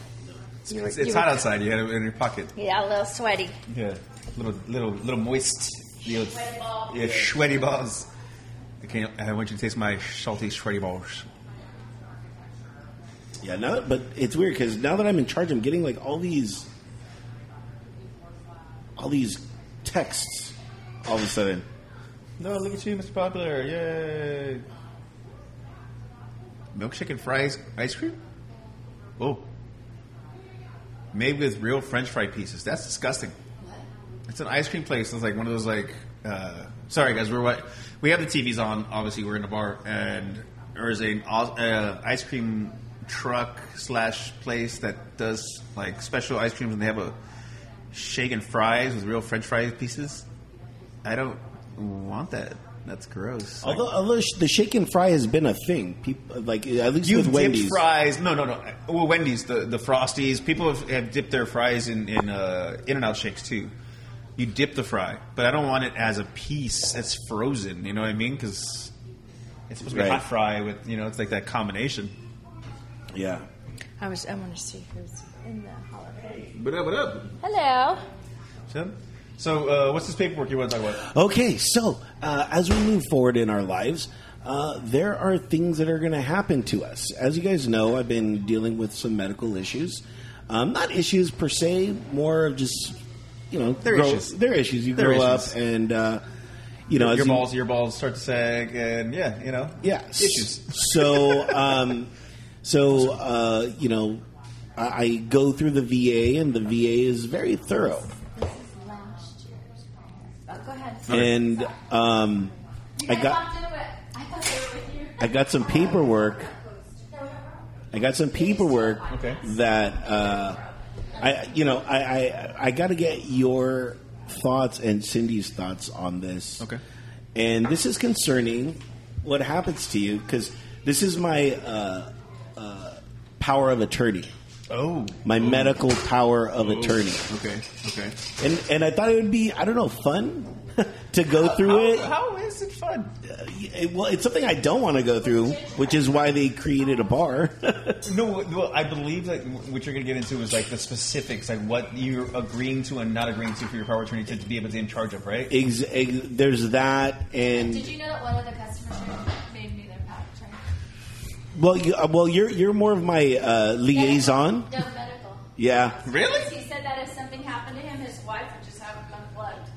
S5: You were-
S1: It's, it's
S5: you were-
S1: hot outside. You had it in your pocket.
S5: Yeah, a little sweaty.
S1: Yeah. Little, little, little moist. Little,
S5: Sweaty balls.
S1: Yeah, sweaty balls. Okay, I want you to taste my salty, sweaty balls.
S3: Yeah, now that, but it's weird because now that I'm in charge, I'm getting like all these, all these texts all of a sudden.
S1: No, look at you, Mr. Popular. Yay. Milkshake and fries ice cream? Oh. Made with real french fry pieces. That's disgusting. It's an ice cream place. It's like one of those like uh, sorry guys, we're what we have the TVs on, obviously we're in a bar and there is an au- uh, ice cream truck slash place that does like special ice creams and they have a shake and fries with real french fry pieces. I don't want that. That's gross.
S3: Although, although sh- the shake and fry has been a thing, people like at least with
S1: You've dipped
S3: Wendy's.
S1: fries. No, no, no. Well, Wendy's, the, the Frosties. People have, have dipped their fries in in uh, In and Out shakes too. You dip the fry, but I don't want it as a piece that's frozen. You know what I mean? Because it's supposed to be a
S3: Right.
S1: hot fry with you know it's like that combination.
S3: Yeah,
S5: I was. I want to see who's in the Hall of Fame.
S1: But up, but uh, up.
S5: Hello.
S1: So, uh, what's this paperwork you want to talk about?
S3: Okay, so uh, as we move forward in our lives, uh, there are things that are going to happen to us. As you guys know, I've been dealing with some medical issues. Um, not issues per se, more of just you know
S1: They're
S3: grow,
S1: issues.
S3: They're issues. You
S1: They're
S3: grow
S1: issues.
S3: up and uh, you know as
S1: your
S3: you-
S1: balls, your balls start to sag, and yeah, you know,
S3: yeah
S1: issues.
S3: So, um, so uh, you know, I, I go through the VA, and the VA is very thorough.
S2: last year's problem. Go ahead.
S3: And um, I got
S2: I thought they were with you.
S3: I got some paperwork. I got some paperwork
S1: Okay.
S3: that uh, I you know I I, I got to get your thoughts and Cindy's thoughts on this.
S1: Okay.
S3: And this is concerning what happens to you because this is my uh, uh, power of attorney,
S1: Oh,
S3: my medical power of attorney,
S1: okay, okay.
S3: and and I thought it would be I don't know fun to go through it.
S1: how is it fun?
S3: Uh, Well, it's something I don't want to go through, which is why they created a bar.
S1: No, well, I believe that what you're going to get into is like the specifics, like what you're agreeing to and not agreeing to for your power of attorney to, to be able to be in charge of, right?
S3: ex- ex- there's that,
S6: Did
S3: and
S6: you know that one of the customers made me their power attorney?
S3: well, you, uh, well, you're you're more of my uh, liaison.
S6: No medical.
S3: Yeah,
S1: Really?
S6: He said that if something happened to him, his wife would just have him unplugged.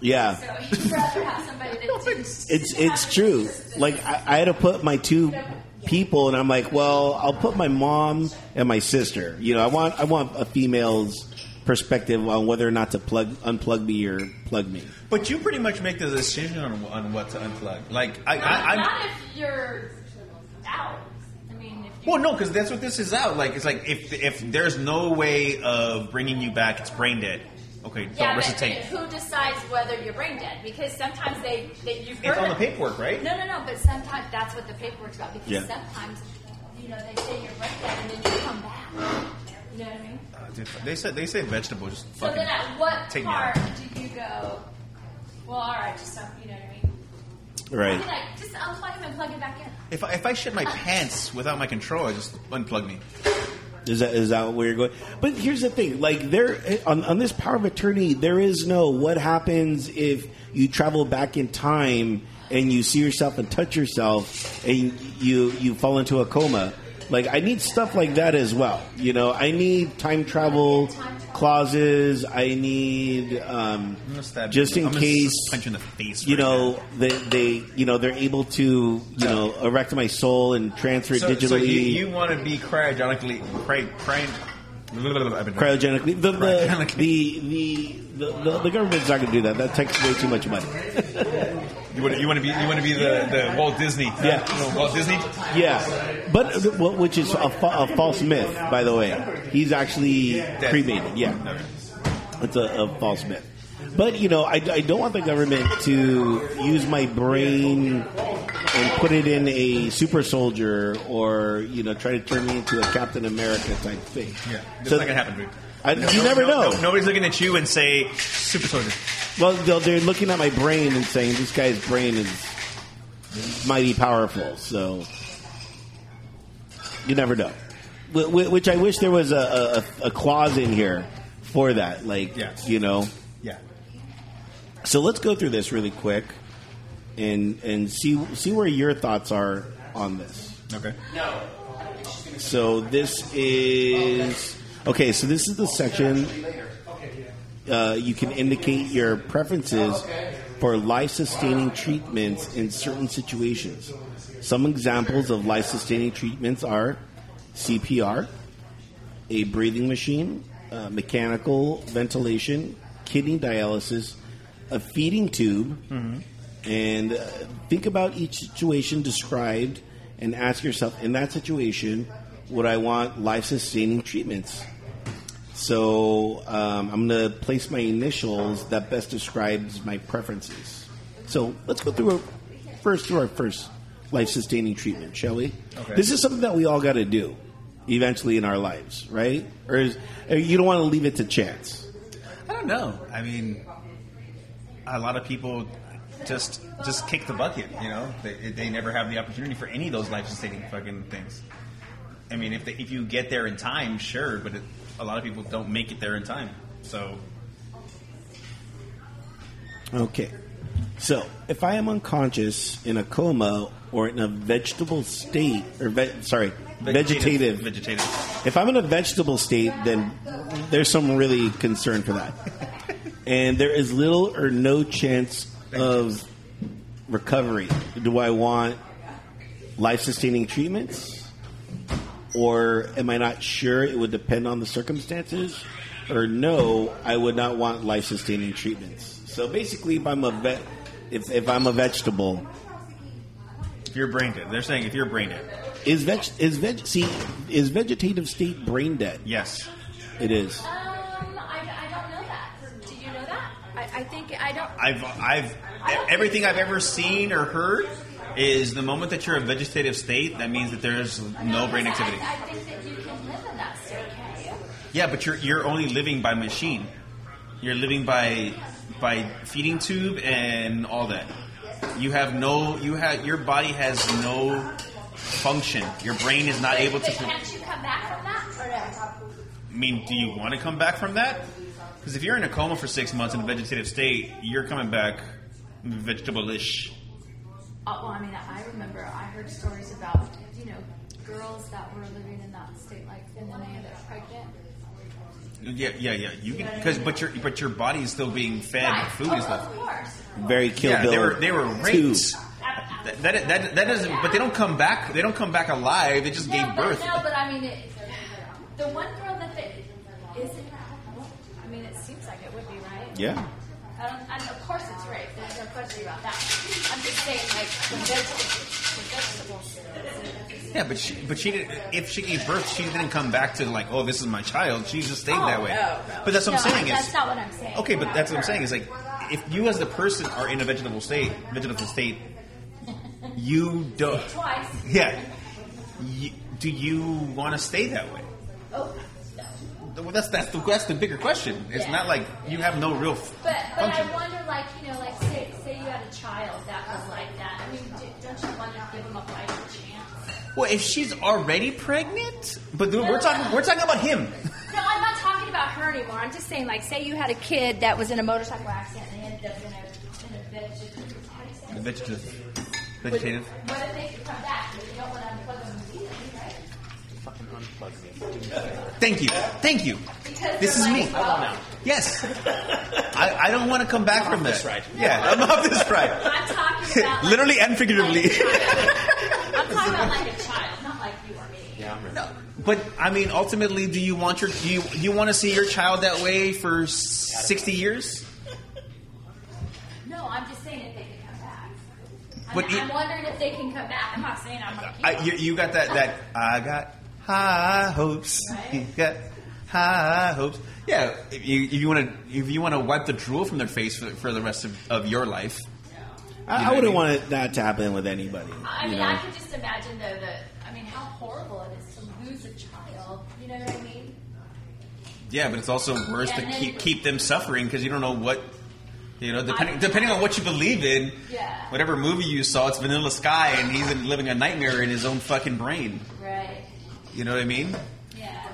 S3: yeah.
S6: So he'd rather have somebody that didn't.
S3: It's it's true. Like I, I had to put my two people, and I'm like, well, I'll put my mom and my sister. You know, I want I want a female's perspective on whether or not to plug unplug me or plug me.
S1: But you pretty much make the decision on, on what to unplug. Like I, I, I'm.
S6: Not if you're out. I mean, if you
S1: Well, no, because that's what this is out. Like, it's like if if there's no way of bringing you back, it's brain dead. Okay,
S6: Yeah,
S1: don't
S6: but
S1: resuscitate.
S6: who decides whether you're brain dead? Because sometimes they, they you've heard
S1: It's on the
S6: of-
S1: paperwork, right?
S6: No, no, no. But sometimes that's what the paperwork's about. Because
S3: Yeah.
S6: sometimes, you know, they say you're brain dead and then you come back. You know what I mean?
S1: Uh, dude, they said they say vegetables. Just
S6: So
S1: fucking
S6: then, at what
S1: take me
S6: part
S1: out.
S6: do you go? Well, all right, just some, you know what I mean. I
S3: Right.
S6: mean, like, just unplug him and plug it back in.
S1: If I, if I shit my pants without my control, I just unplug me.
S3: Is that is that where you're going? But here's the thing: like there on, on this power of attorney, there is no what happens if you travel back in time and you see yourself and touch yourself and you you fall into a coma. Like I need stuff like that as well. You know, I need time travel clauses. I need um,
S1: I'm gonna stab
S3: just
S1: you.
S3: in
S1: I'm gonna
S3: case
S1: s- punch you in the face.
S3: you
S1: right
S3: know
S1: now.
S3: they, they you know they're able to you know erect my soul and transfer it
S1: So,
S3: digitally.
S1: so you, you want to be cryogenically cry, crying? I've been
S3: cryogenically. The the,
S1: Cryogenically.
S3: the, the, the, the, the government's not going to do that. That takes way too much money.
S1: You want to you want to be you want to be the, the Walt Disney?
S3: Yeah.
S1: No, Walt Disney.
S3: Yeah, but wh- which is a, fa- a false myth, by the way. He's actually cremated. Yeah,
S1: Okay.
S3: it's a, a false myth. But you know, I, I don't want the government to use my brain and put it in a super soldier, or you know, try to turn me into a Captain America type thing.
S1: Yeah, it's
S3: So-
S1: not gonna happen, dude.
S3: I- you never
S1: no,
S3: know.
S1: no, nobody's looking at you and say super soldier.
S3: Well, they'll- they're looking at my brain and saying this guy's brain is mighty powerful. So you never know. Wh- wh- Which I wish there was a, a, a clause in here for that. Like,
S1: Yeah.
S3: you know.
S1: Yeah.
S3: So let's go through this really quick and and see see where your thoughts are on this.
S1: Okay.
S3: So this is okay. So this is the section. Uh, you can indicate your preferences for life-sustaining treatments in certain situations. Some examples of life-sustaining treatments are CPR, a breathing machine, uh, mechanical ventilation, kidney dialysis, a feeding tube, and uh, think about each situation described and ask yourself in that situation, would I want life sustaining treatments? So um, I'm going to place my initials that best describes my preferences. So let's go through our, first through our first life sustaining treatment, shall we?
S1: Okay.
S3: This is something that we all got to do eventually in our lives, right? Or, is, or you don't want to leave it to chance.
S1: I don't know. I mean, a lot of people just just kick the bucket. You know, they, they never have the opportunity for any of those life sustaining fucking things. I mean, if they, if you get there in time, sure, but it, a lot of people don't make it there in time. So
S3: Okay. So, if I am unconscious in a coma or in a vegetable state, or ve- sorry, vegetative,
S1: vegetative.
S3: If I'm in a vegetable state, then there's some really concern for that. And there is little or no chance of recovery. Do I want life sustaining treatments? Or am I not sure it would depend on the circumstances? Or no, I would not want life sustaining treatments. So basically, if I'm a vet, if, if I'm a vegetable,
S1: If you're brain dead, they're saying if you're brain dead,
S3: Is veg is veg see is vegetative state brain dead?
S1: yes.
S3: It is.
S6: Um, I, I don't know that. Do you know that?
S5: I, I think I don't.
S1: I've I've everything I've ever seen or heard is the moment that you're in a vegetative state, that means that there's no brain activity.
S6: I, I think that you can live in that state, can't you?
S1: Yeah, but you're you're only living by machine. You're living by by feeding tube and all that. You have no you have your body has no function. Your brain is not able
S6: But
S1: to
S6: can't you come back from that? Or no?
S1: I mean, do you want to come back from that? Because if you're in a coma for six months in a vegetative state, you're coming back vegetable-ish.
S6: Uh, well, I mean, I remember I heard stories about you know girls that were living in that state, like, and then they ended up pregnant.
S1: Yeah, yeah, yeah. You can because but your but your body is still being fed food
S6: oh,
S1: and stuff.
S6: Of course.
S3: Very kill
S1: Yeah,
S3: bill.
S1: they were they were
S3: two.
S1: raped. That, that, that, that doesn't. But they don't come back. They don't come back alive. They just
S6: No,
S1: gave
S6: but,
S1: birth.
S6: no, but I mean, it, the one girl that they isn't. I mean, it seems like it would be right.
S3: Yeah.
S6: I don't, I mean, of course it's rape. There's no question about that. I'm just saying, like, the vegetables. The vegetables.
S1: Yeah, but she but she didn't. If she gave birth, she didn't come back to like, oh, this is my child. She just stayed that way. But that's what I'm
S6: Oh, No,
S1: saying.
S6: that's
S1: is,
S6: not what I'm saying.
S1: Okay, but
S6: About
S1: that's what I'm
S6: her.
S1: saying. Is like, if you as the person are in a vegetable state, vegetable state, you don't.
S6: Twice.
S1: Yeah. You, do you want to stay that way?
S6: Oh, no.
S1: Well, that's that's the that's the bigger question. It's
S6: Yeah.
S1: not like you have no real f-
S6: But but
S1: function.
S6: I wonder, like you know, like say say you had a child that was like that. I mean, d- don't you want to give them a fighting chance?
S1: well, if she's already pregnant, but dude, we're talking we're talking about him.
S6: No, I'm not talking about her anymore. I'm just saying, like, say you had a kid that was in a motorcycle accident and ended up in a in a vegetative. how do you say it?
S1: Vegetative, vegetative.
S6: What if they could come back? You don't want to unplug them immediately, right?
S1: Thank you, thank you.
S6: Because
S1: This
S6: they're
S1: is
S6: like,
S1: me.
S6: well,
S1: Yes, I, I don't want to come back from this that. Yeah, I'm off this ride,
S6: I'm talking about like,
S1: literally and figuratively.
S6: I'm talking about like a child, not like you or me.
S1: But I mean, ultimately, do you want your do you do you want to see your child that way for sixty years?
S6: No, I'm just saying if they can come back. I
S1: But
S6: mean,
S1: it-
S6: I'm wondering if they can come back. I'm not saying I'm like you.
S1: I, you, you got that that I got high hopes. You got high hopes. Yeah, if you if you want to if you want to wipe the drool from their face for, for the rest of, of your life.
S3: I, I wouldn't want it that to happen with anybody.
S6: I
S3: you
S6: mean,
S3: know?
S6: I can just imagine though that I mean, how horrible it is to lose a child. You know what I mean?
S1: Yeah, but it's also worse to
S6: And then-
S1: keep keep them suffering because you don't know what you know. Depending depending on what you believe in,
S6: Yeah.
S1: whatever movie you saw, it's Vanilla Sky, and he's in- living a nightmare in his own fucking brain.
S6: Right.
S1: You know what I mean?
S6: Yeah.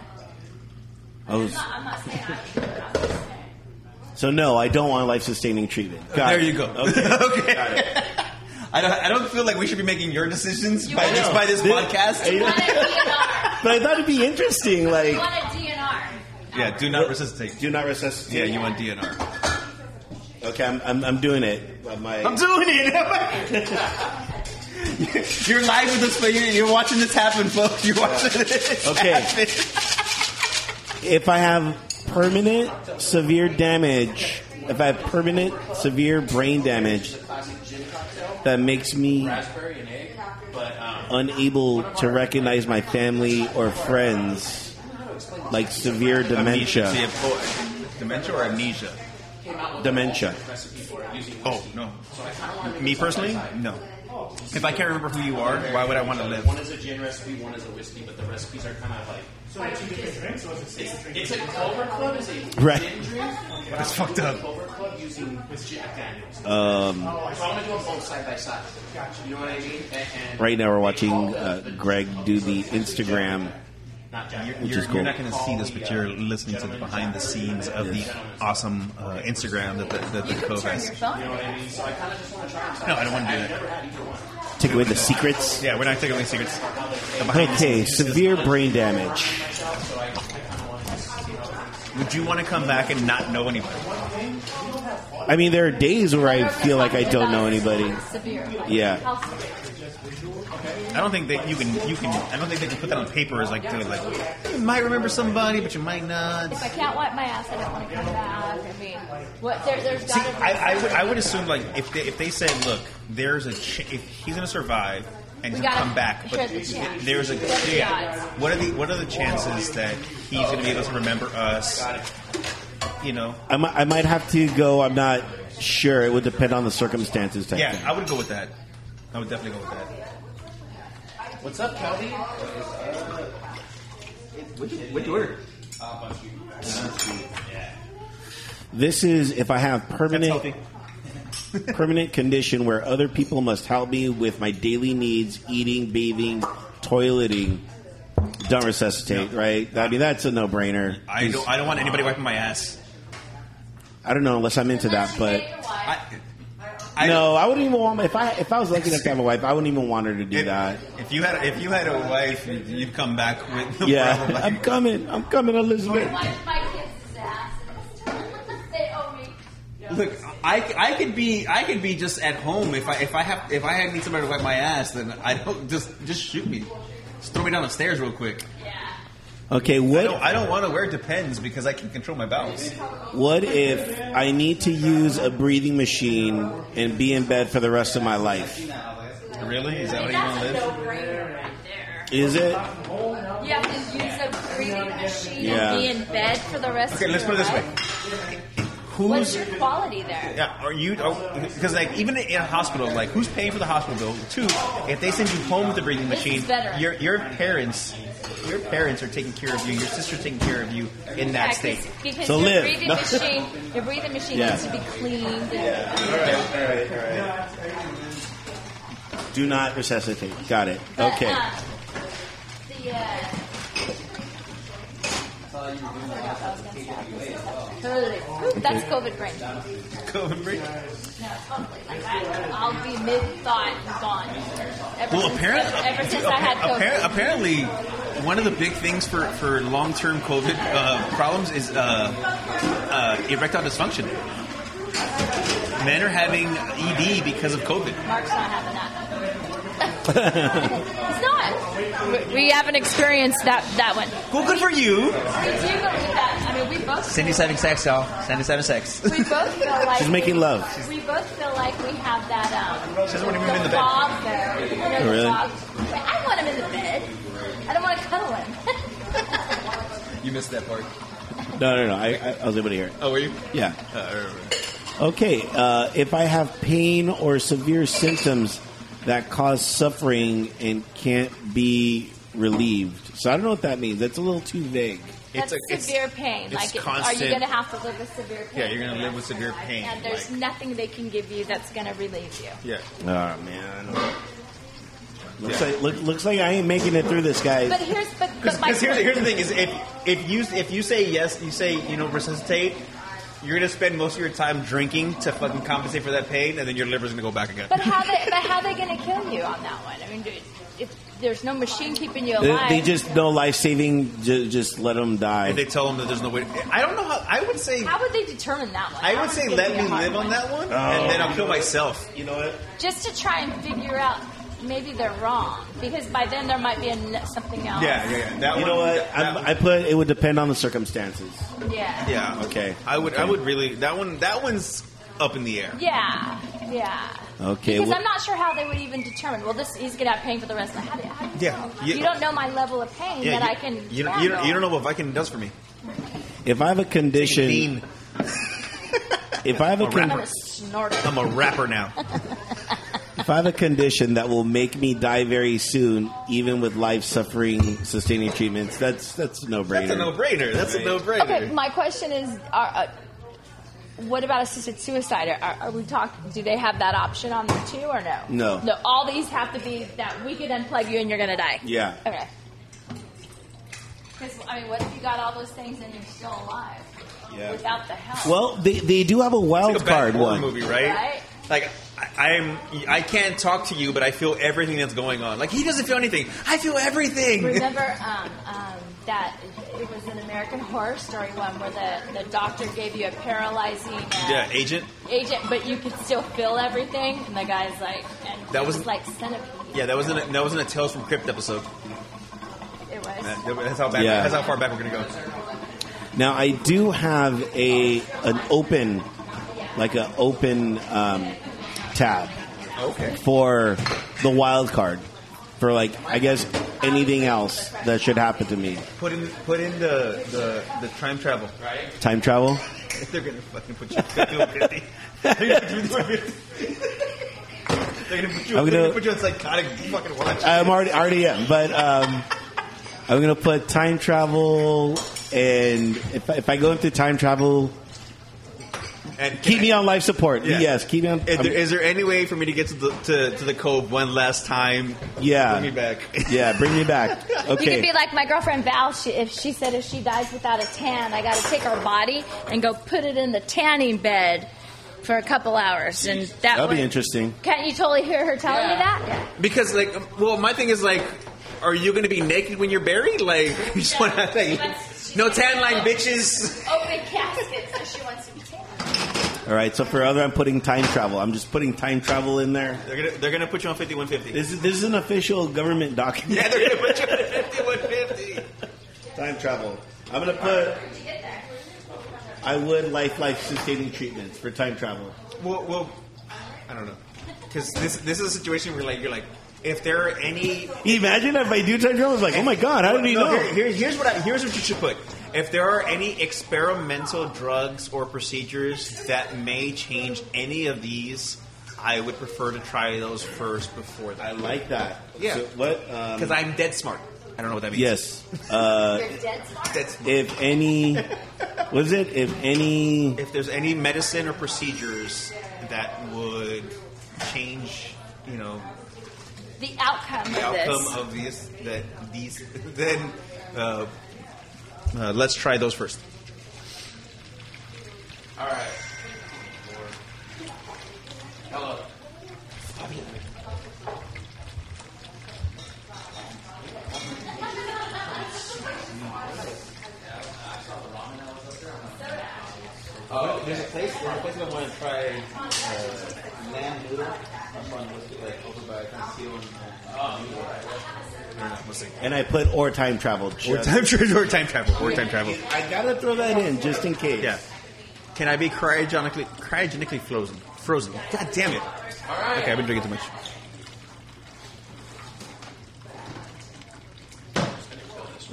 S3: I was-
S6: I'm, I'm not saying I'm. I'm just saying.
S3: so no, I don't want life sustaining treatment. Got
S1: there
S3: it.
S1: you go.
S3: Okay.
S1: okay. I don't. I don't feel like we should be making your decisions by
S6: want-
S1: just by this
S3: This-
S1: podcast.
S6: You want a DNR?
S3: But I thought it'd be interesting. Like,
S6: You want a DNR?
S1: Yeah, do not resuscitate.
S3: do not resuscitate.
S1: Yeah, you want DNR.
S3: Okay, I'm, I'm, I'm doing it. But my,
S1: I'm doing it. You're live with us, but you're, you're watching this happen, folks. You're watching this
S3: Okay.
S1: happen.
S3: if I have permanent severe damage, if I have permanent severe brain damage, that makes me unable to recognize my family or friends, like severe
S1: See,
S3: dementia.
S1: if- oh, Dementia or amnesia?
S3: Dementia.
S1: Oh no. Me personally, no. If I can't remember who you are, why would I want to
S7: One
S1: live?
S7: is a gin recipe, one is a whiskey, but the recipes are kind of like. So it's two different drinks, so it's a safe drink. It's like Clover Club is a
S3: Right.
S7: gin drink.
S1: That's fucked up.
S7: Clover Club using with Jack Daniels. Um. So I'm gonna do them both side by side. You know what I mean? And, and
S3: Right now, we're watching uh, Greg do the Instagram
S8: not Jack.
S1: You're,
S8: Daniels.
S3: Which is
S1: you're,
S3: cool.
S1: you're not going to see this, but you're listening to the behind the scenes of the awesome uh, Instagram that the, that the
S3: Oh,
S1: Cove has.
S8: You know what I mean? So I kind of just want to try them.
S1: No, I don't want to do that.
S8: Never had either one.
S3: Take away the secrets.
S1: Yeah, we're not taking away secrets. The behind the
S3: Okay,
S1: scenes is just-
S3: severe brain damage.
S1: Would you want to come back and not know anybody?
S3: I mean, there are days where I feel like I don't know anybody.
S5: Severe.
S3: Yeah.
S1: I don't think that you can. You can. I don't think they can put that on paper as like, they're like you might remember somebody, but you might not.
S5: If I can't wipe my ass, I don't want to come back. I mean, what? There, there's
S1: See,
S5: got to be.
S1: I, I would. I would assume like if they if they say, look, there's a ch- if he's going to survive and he'll
S5: gotta
S1: come back, but
S5: share the chance.
S1: there's a
S5: What's the
S1: yeah. What are the what are the chances that he's going to be able to remember us? You know.
S3: I might, I might have to go. I'm not sure. It would depend on the circumstances. Type
S1: Yeah,
S3: thing.
S1: I would go with that. I would definitely go with that.
S8: What's up, Kelby?
S1: Which order?
S3: This is if I have
S1: That's
S3: permanent
S1: healthy.
S3: permanent condition where other people must help me with my daily needs, eating, bathing, toileting. Don't resuscitate, right? I mean, that's a no brainer.
S1: I don't. I don't want anybody wiping my ass.
S3: I don't know unless I'm into that, but
S1: I, I
S3: no, I wouldn't even want. If I if I was lucky enough to have a wife, I wouldn't even want her to do
S1: If,
S3: that.
S1: if you had if you had a wife, you'd- you'd come back with the
S3: Yeah,
S1: problem.
S3: I'm coming. I'm coming, Elizabeth.
S5: Wipe my kids' ass. they owe me.
S1: Look, I, I could be I could be just at home if I if I have if I had need somebody to wipe my ass, then I don't just just shoot me, just throw me down the stairs real quick.
S3: Okay,
S1: I
S3: what
S1: don't, I don't want to wear depends because I can control my bowels.
S3: What if I need to use a breathing machine and be in bed for the rest of my life?
S1: Really? Is that how you want to live?
S5: No-brainer right there.
S3: Is it?
S5: You have to use a breathing machine
S3: Yeah.
S5: and be in bed for the rest
S1: Okay,
S5: of
S1: let's
S5: your
S1: put it this way.
S5: life. What's
S1: Who's
S5: your quality there?
S1: yeah, are you? Because like even in a hospital, like who's paying for the hospital bill? Two, if they send you home with the breathing
S5: This is
S1: machine,
S5: veteran.
S1: your your parents, your parents are taking care of you. Your sister's taking care of you in that
S5: Yeah,
S1: state.
S5: 'cause- Because
S3: So
S5: your
S3: live.
S5: breathing
S3: No.
S5: machine, your breathing machine
S3: Yeah.
S5: needs to be cleaned. And
S3: Do not resuscitate. Got it.
S5: But,
S3: Okay.
S5: um, the, uh, Totally. Ooh, That's COVID brain.
S1: COVID break.
S5: Totally. Like, I, I'll be mid thought and gone. Ever
S1: Well,
S5: since,
S1: apparently,
S5: ever since I had COVID.
S1: appar- apparently, one of the big things for, for long term COVID uh, problems is uh, uh, erectile dysfunction. Men are having ED because of COVID.
S5: Mark's not having that. He's not. We, we haven't experienced that that one.
S1: Well, good for you.
S5: We do believe that. I mean, we both.
S1: Sandy's having sex, y'all. Sandy's having sex.
S5: We both feel like
S3: She's making love.
S5: We both feel like we have that. Um,
S1: She doesn't want him in the bed.
S5: dog there. You know, the
S3: Really?
S5: dog- I don't want him in the bed. I don't want to cuddle him.
S1: You missed that part.
S3: No, no, no. I, I, I was able to hear it.
S1: Oh, were you?
S3: Yeah.
S1: Uh, I remember.
S3: Okay. Uh, if I have pain or severe symptoms that cause suffering and can't be relieved, so I don't know what that means. That's a little too vague.
S5: That's severe pain.
S1: it's
S5: like, it- are
S1: constant-
S5: you going to have to live with severe pain?
S1: Yeah, you're going to live with severe pain.
S5: And there's
S1: like-
S5: nothing they can give you that's going to relieve you.
S1: yeah.
S3: Oh man. Looks like look, looks like I ain't making it through this, guys.
S5: But here's but, but my
S1: Because here's, here's the thing: is if if you if you say yes, you say you know resuscitate. You're gonna spend most of your time drinking to fucking compensate for that pain, and then your liver's gonna go back again.
S5: But how they but how they going to kill you on that one? I mean, dude, if there's no machine keeping you
S3: They,
S5: alive,
S3: they just no life saving. Ju- just let them die.
S1: If they tell them that there's no way, I don't know how. I would say
S5: how would they determine that one?
S1: I
S5: That
S1: would
S5: one's
S1: say
S5: gonna
S1: let
S5: be
S1: me
S5: a hard
S1: live on
S5: one.
S1: that one, and then I'll kill myself.
S8: You know what?
S5: just to try and figure out maybe they're wrong because by then there might be an something else.
S1: Yeah, yeah, yeah. That
S3: You
S1: one,
S3: know what?
S1: that-
S3: I'm, I put it would depend on the circumstances.
S5: yeah, yeah,
S1: yeah,
S3: Okay.
S1: I would. I would really. That one. That one's up in the air.
S5: yeah.
S3: Okay.
S5: Because
S3: well-
S5: I'm not sure how they would even determine. Well, this he's gonna have pain for the rest. of How do, how do you
S1: Yeah,
S5: know?
S1: you-
S5: You, don't know my level of pain that I can.
S1: You, don't- you, don't, you don't
S5: handle.
S1: know what Viking does for me.
S3: if I have a condition,
S1: Bean.
S3: if I have a
S5: I'm
S3: con-
S5: gonna snort it.
S1: I'm a rapper now.
S3: if I have a condition that will make me die very soon, even with life suffering sustaining treatments, that's that's no
S1: That's a
S3: brainer.
S1: no-brainer. That's a no-brainer.
S5: Okay, my question is: are, uh, What about assisted suicide? Are, are we talking? Do they have that option on them too, or no?
S3: No.
S5: No. All these have to be that we could unplug you and you're gonna die.
S3: Yeah.
S5: Okay.
S6: Because I mean, what if you got all those things and you're still alive
S1: Yeah.
S6: without the help?
S3: Well, they, they do have a wild
S1: It's like a bad
S3: card
S1: horror
S3: one.
S1: movie, right?
S6: Right.
S1: Like I- I'm, I can't talk to you, but I feel everything that's going on. Like he doesn't feel anything. I feel everything.
S6: Remember um, um, that it was an American Horror Story one where the, the doctor gave you a paralyzing uh,
S1: yeah, agent.
S6: agent, but you could still feel everything. And the guy's like, and
S1: That
S6: it
S1: was-
S6: was like centipede.
S1: Yeah, that wasn't a, that wasn't a Tales from Crypt episode.
S6: It was.
S1: That- That's how back.
S3: Yeah.
S1: That's how far back we're gonna go.
S3: Now I do have a an open, like an open um, tab
S1: Okay.
S3: for the wild card for like I guess anything else that should happen to me.
S1: Put in put in the the, the time travel.
S3: Time travel.
S1: They're gonna fucking put you. They're gonna put you- they're gonna put you.
S3: I'm
S1: They're
S3: gonna- Um,
S1: gonna put you on psychotic fucking watch.
S3: I'm already already am, but um, I'm gonna put time travel and if I, if I go into time travel,
S1: And
S3: keep me on life support.
S1: Yeah.
S3: Yes, keep me on.
S1: Is there, is there any way for me to get to the to, to the cove one last time?
S3: Yeah.
S1: Bring me back.
S3: yeah, bring me back.
S5: You could
S3: Okay.
S5: be like my girlfriend Val. She, if she said if she dies without a tan, I got to take her body and go put it in the tanning bed for a couple hours, and that
S3: That'll be
S5: would-
S3: interesting.
S5: Can't you totally hear her telling you that?
S1: Because like, well, my thing is like, are you going to be naked when you're buried? Like, you just want to like, no tan line, bitches.
S6: Open casket, so she wants to be taken.
S3: All right. So for other, I'm putting time travel. I'm just putting time travel in there.
S1: They're gonna they're gonna put you on fifty one fifty.
S3: This is this is an official government document.
S1: Yeah, they're gonna put you on fifty one fifty.
S3: Time travel. I'm gonna put. I would life life sustaining treatments for time travel.
S1: Well, well, I don't know, because this this is a situation where like you're like, if there are any
S3: Imagine if I do time travel, it's like, oh my god, how did we
S1: No,
S3: know?
S1: here- here- here's what I, here's what you should put. If there are any experimental drugs or procedures that may change any of these, I would prefer to try those first before
S3: I
S1: that.
S3: like that.
S1: Yeah.
S3: So what? Um,
S1: Because I'm dead smart. I don't know what that means.
S3: yes.
S1: Uh,
S6: You're dead smart.
S1: Dead smart.
S3: If any, was it? If any,
S1: If there's any medicine or procedures that would change, you know,
S6: The outcome
S1: the
S6: of this.
S1: outcome of these, that these, then uh, uh, let's try those first.
S7: All right. Hello. Oh, there's a place. There's a place I want to try uh, lamb noodle. I'm going to look at like over by Conceal and.
S3: and I put or time travel.
S1: Or
S3: just-
S1: time, tra- or time travel. Or time travel.
S3: I gotta throw that in just in case.
S1: Yeah. Can I be cryogenically cryogenically frozen? Frozen. God damn it. Okay, I've been drinking too much.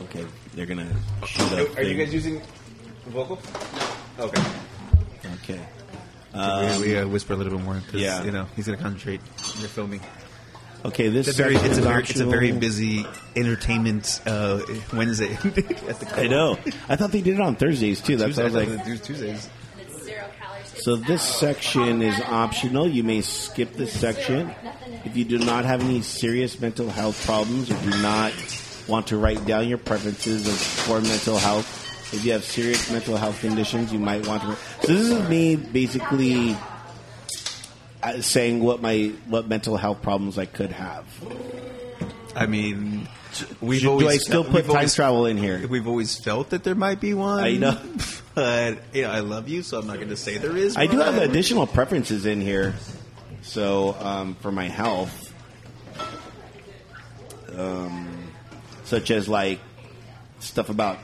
S3: Okay, they're gonna shoot up.
S1: Are you
S3: things.
S1: guys using vocal? No. Okay.
S3: Okay.
S1: we uh, whisper a little bit more because
S3: yeah.
S1: you know he's gonna concentrate. You're filming.
S3: Okay. This
S1: It's a very, it's a
S3: section's
S1: very, it's a very
S3: optional.
S1: busy entertainment uh, Wednesday. That's the
S3: I know. I thought they did it on Thursdays too. That's
S1: Tuesday,
S3: what I was like.
S1: Tuesdays.
S3: So this section is optional. You may skip this section if you do not have any serious mental health problems or do not want to write down your preferences of, for mental health. If you have serious mental health conditions, you might want to. So this is me basically uh, saying what my what mental health problems I could have.
S1: I mean, we've
S3: Should-
S1: always
S3: do I still
S1: fe-
S3: put
S1: we've
S3: time
S1: always-
S3: travel in here?
S1: We've always felt that there might be one.
S3: I know.
S1: but you know, I love you, so I'm not going to say there is.
S3: I do have
S1: one.
S3: additional preferences in here. So um, for my health, um, such as like stuff about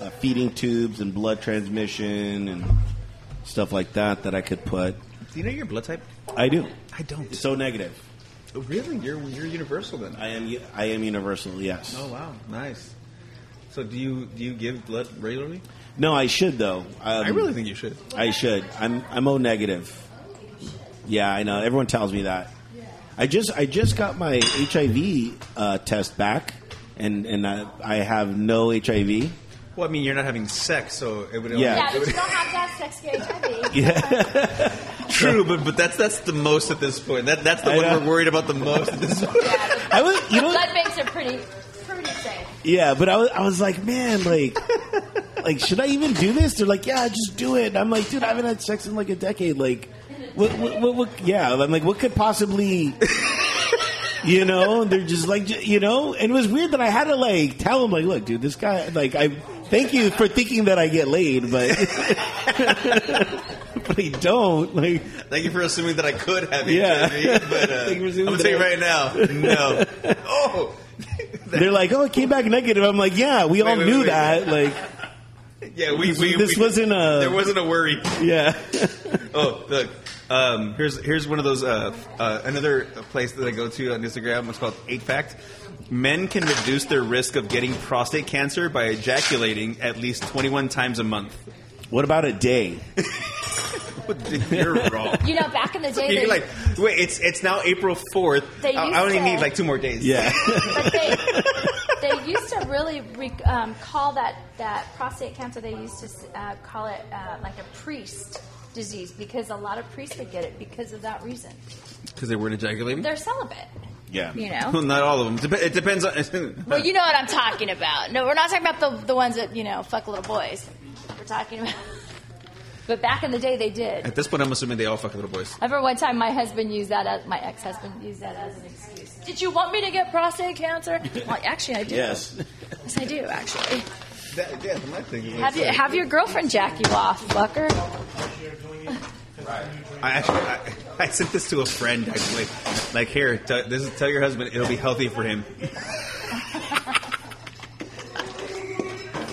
S3: uh, feeding tubes and blood transmission and stuff like that, that I could put.
S1: Do you know your blood type?
S3: I do.
S1: I don't.
S3: So negative. Oh,
S1: Really, you're you're universal then.
S3: I am. u- I am universal. Yes.
S1: oh wow, nice. So do you do you give blood regularly?
S3: No, I should though. Um,
S1: I really think you should.
S3: I should. I'm I'm O negative. Yeah, I know. Everyone tells me that. I just I just got my HIV uh, test back, and and I, I have no HIV.
S1: Well, I mean, you're not having sex, so it would.
S3: Yeah.
S6: yeah,
S1: it
S6: but you
S1: would-
S6: don't have to have sex to get HIV.
S1: true, but but that's that's the most at this point. That that's the
S3: I
S1: one
S3: know.
S1: we're worried about the most at this point.
S3: I was you know
S6: Blood banks are pretty, pretty saying.
S3: Yeah, but I was, I was like, man, like, like should I even do this? They're like, yeah, just do it. And I'm like, dude, I haven't had sex in like a decade. Like, what, what, what, what yeah, I'm like, what could possibly, you know? And they're just like, j- you know, and it was weird that I had to like tell them, like, look, dude, this guy, like, I thank you for thinking that I get laid, but but I don't. Like,
S1: Thank you for assuming that I could have HIV,
S3: Yeah.
S1: but uh,
S3: Thank you for
S1: I'm
S3: assuming
S1: gonna
S3: that
S1: tell you
S3: I-
S1: right now, no. oh,
S3: they're like, oh, it came back negative. I'm like, yeah, we all
S1: wait,
S3: knew
S1: wait.
S3: that. Like,
S1: yeah. We, we
S3: This
S1: we-
S3: wasn't uh, a-
S1: There wasn't a worry.
S3: yeah,
S1: Oh, look. Um, here's here's one of those uh, uh, another place that I go to on Instagram. It's called Eight Fact. Men can reduce their risk of getting prostate cancer by ejaculating at least 21 times a month.
S3: what about a day?
S1: You're wrong.
S5: You know, back in the day,
S1: You're
S5: they,
S1: like, wait, it's it's now April 4th. I,
S5: They used
S1: I only
S5: to-
S1: need like two more days.
S3: Yeah.
S5: but they, they used to really re- um, call that, that prostate cancer, they used to uh, call it uh, like a priest disease because a lot of priests would get it because of that reason.
S1: because they weren't ejaculating.
S5: They're celibate.
S3: Yeah.
S5: You know?
S1: Well, not all of them. Dep- It depends on.
S5: Well, you know what I'm talking about. No, we're not talking about the, the ones that, you know, fuck little boys. We're talking about. But back in the day, they did.
S1: At this point, I'm assuming they all fuck little boys.
S5: I remember one time my husband used that as my ex husband used that as an excuse. Did you want me to get prostate cancer? Well, actually, I do.
S3: Yes.
S5: Yes, I do. Actually,
S1: That, yeah, my thing.
S5: have you have your girlfriend jack you off, fucker?
S1: I actually, I, I sent this to a friend actually. Like, here, t- this is tell your husband it'll be healthy for him.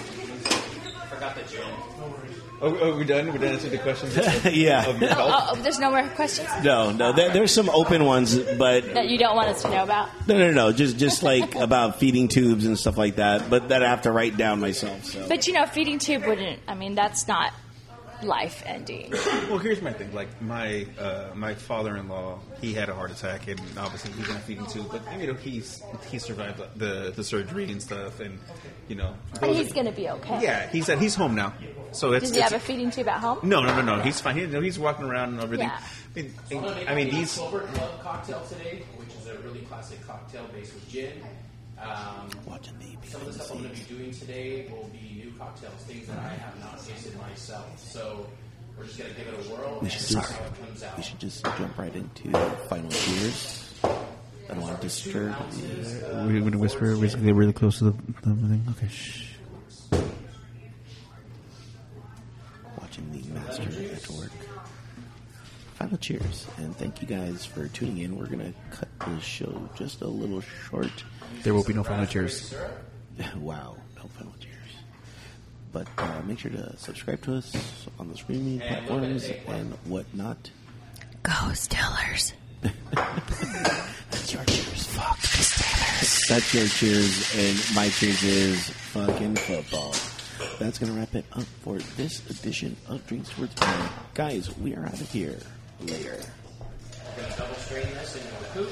S7: Forgot the gym.
S1: Oh, oh we're done. We're done answering the questions.
S3: yeah.
S1: Of your health?
S5: Oh, there's no more questions
S3: No, no. There, there's some open ones, but
S5: that you don't want us to know about.
S3: no, no, no. Just, just like about feeding tubes and stuff like that. But that I have to write down myself. So
S5: But you know, feeding tube wouldn't. I mean, that's not life ending.
S1: Well, here's my thing. Like my uh, my father-in-law, he had a heart attack, and obviously he's in a feeding tube. But you know, he's he survived the the surgery and stuff, and you know,
S5: And he's gonna be okay.
S1: yeah, he's at he's home now. So it's,
S5: Does he have a
S1: it's-
S5: feeding tube at home?
S1: no, no, no, no. He's fine. He, no, he's walking around and everything.
S5: Yeah.
S1: I mean, I mean, these.
S7: Silver Club cocktail today, which is a really classic cocktail based with gin. Um, some of the stuff I'm going to be doing today will be new cocktails, things that I have not tasted myself. So we're just going to give it a whirl and see how it comes out.
S3: we should just jump right into final years. I don't want to disturb.
S1: We're going to whisper. We're going to get really close to the, the thing. Okay.
S3: watching the master at work. Final cheers, and thank you guys for tuning in. We're gonna cut this show just a little short.
S1: There will be no final cheers.
S3: wow, no final cheers. But uh, make sure to subscribe to us on the streaming platforms and whatnot.
S5: Ghost killers.
S3: That's your cheers. Fuck the Steelers. That's your cheers, and my cheers is fucking football. That's gonna wrap it up for this edition of Drinks Words Guys, we are out of here. Later.
S7: We're going to double strain this into a coupe.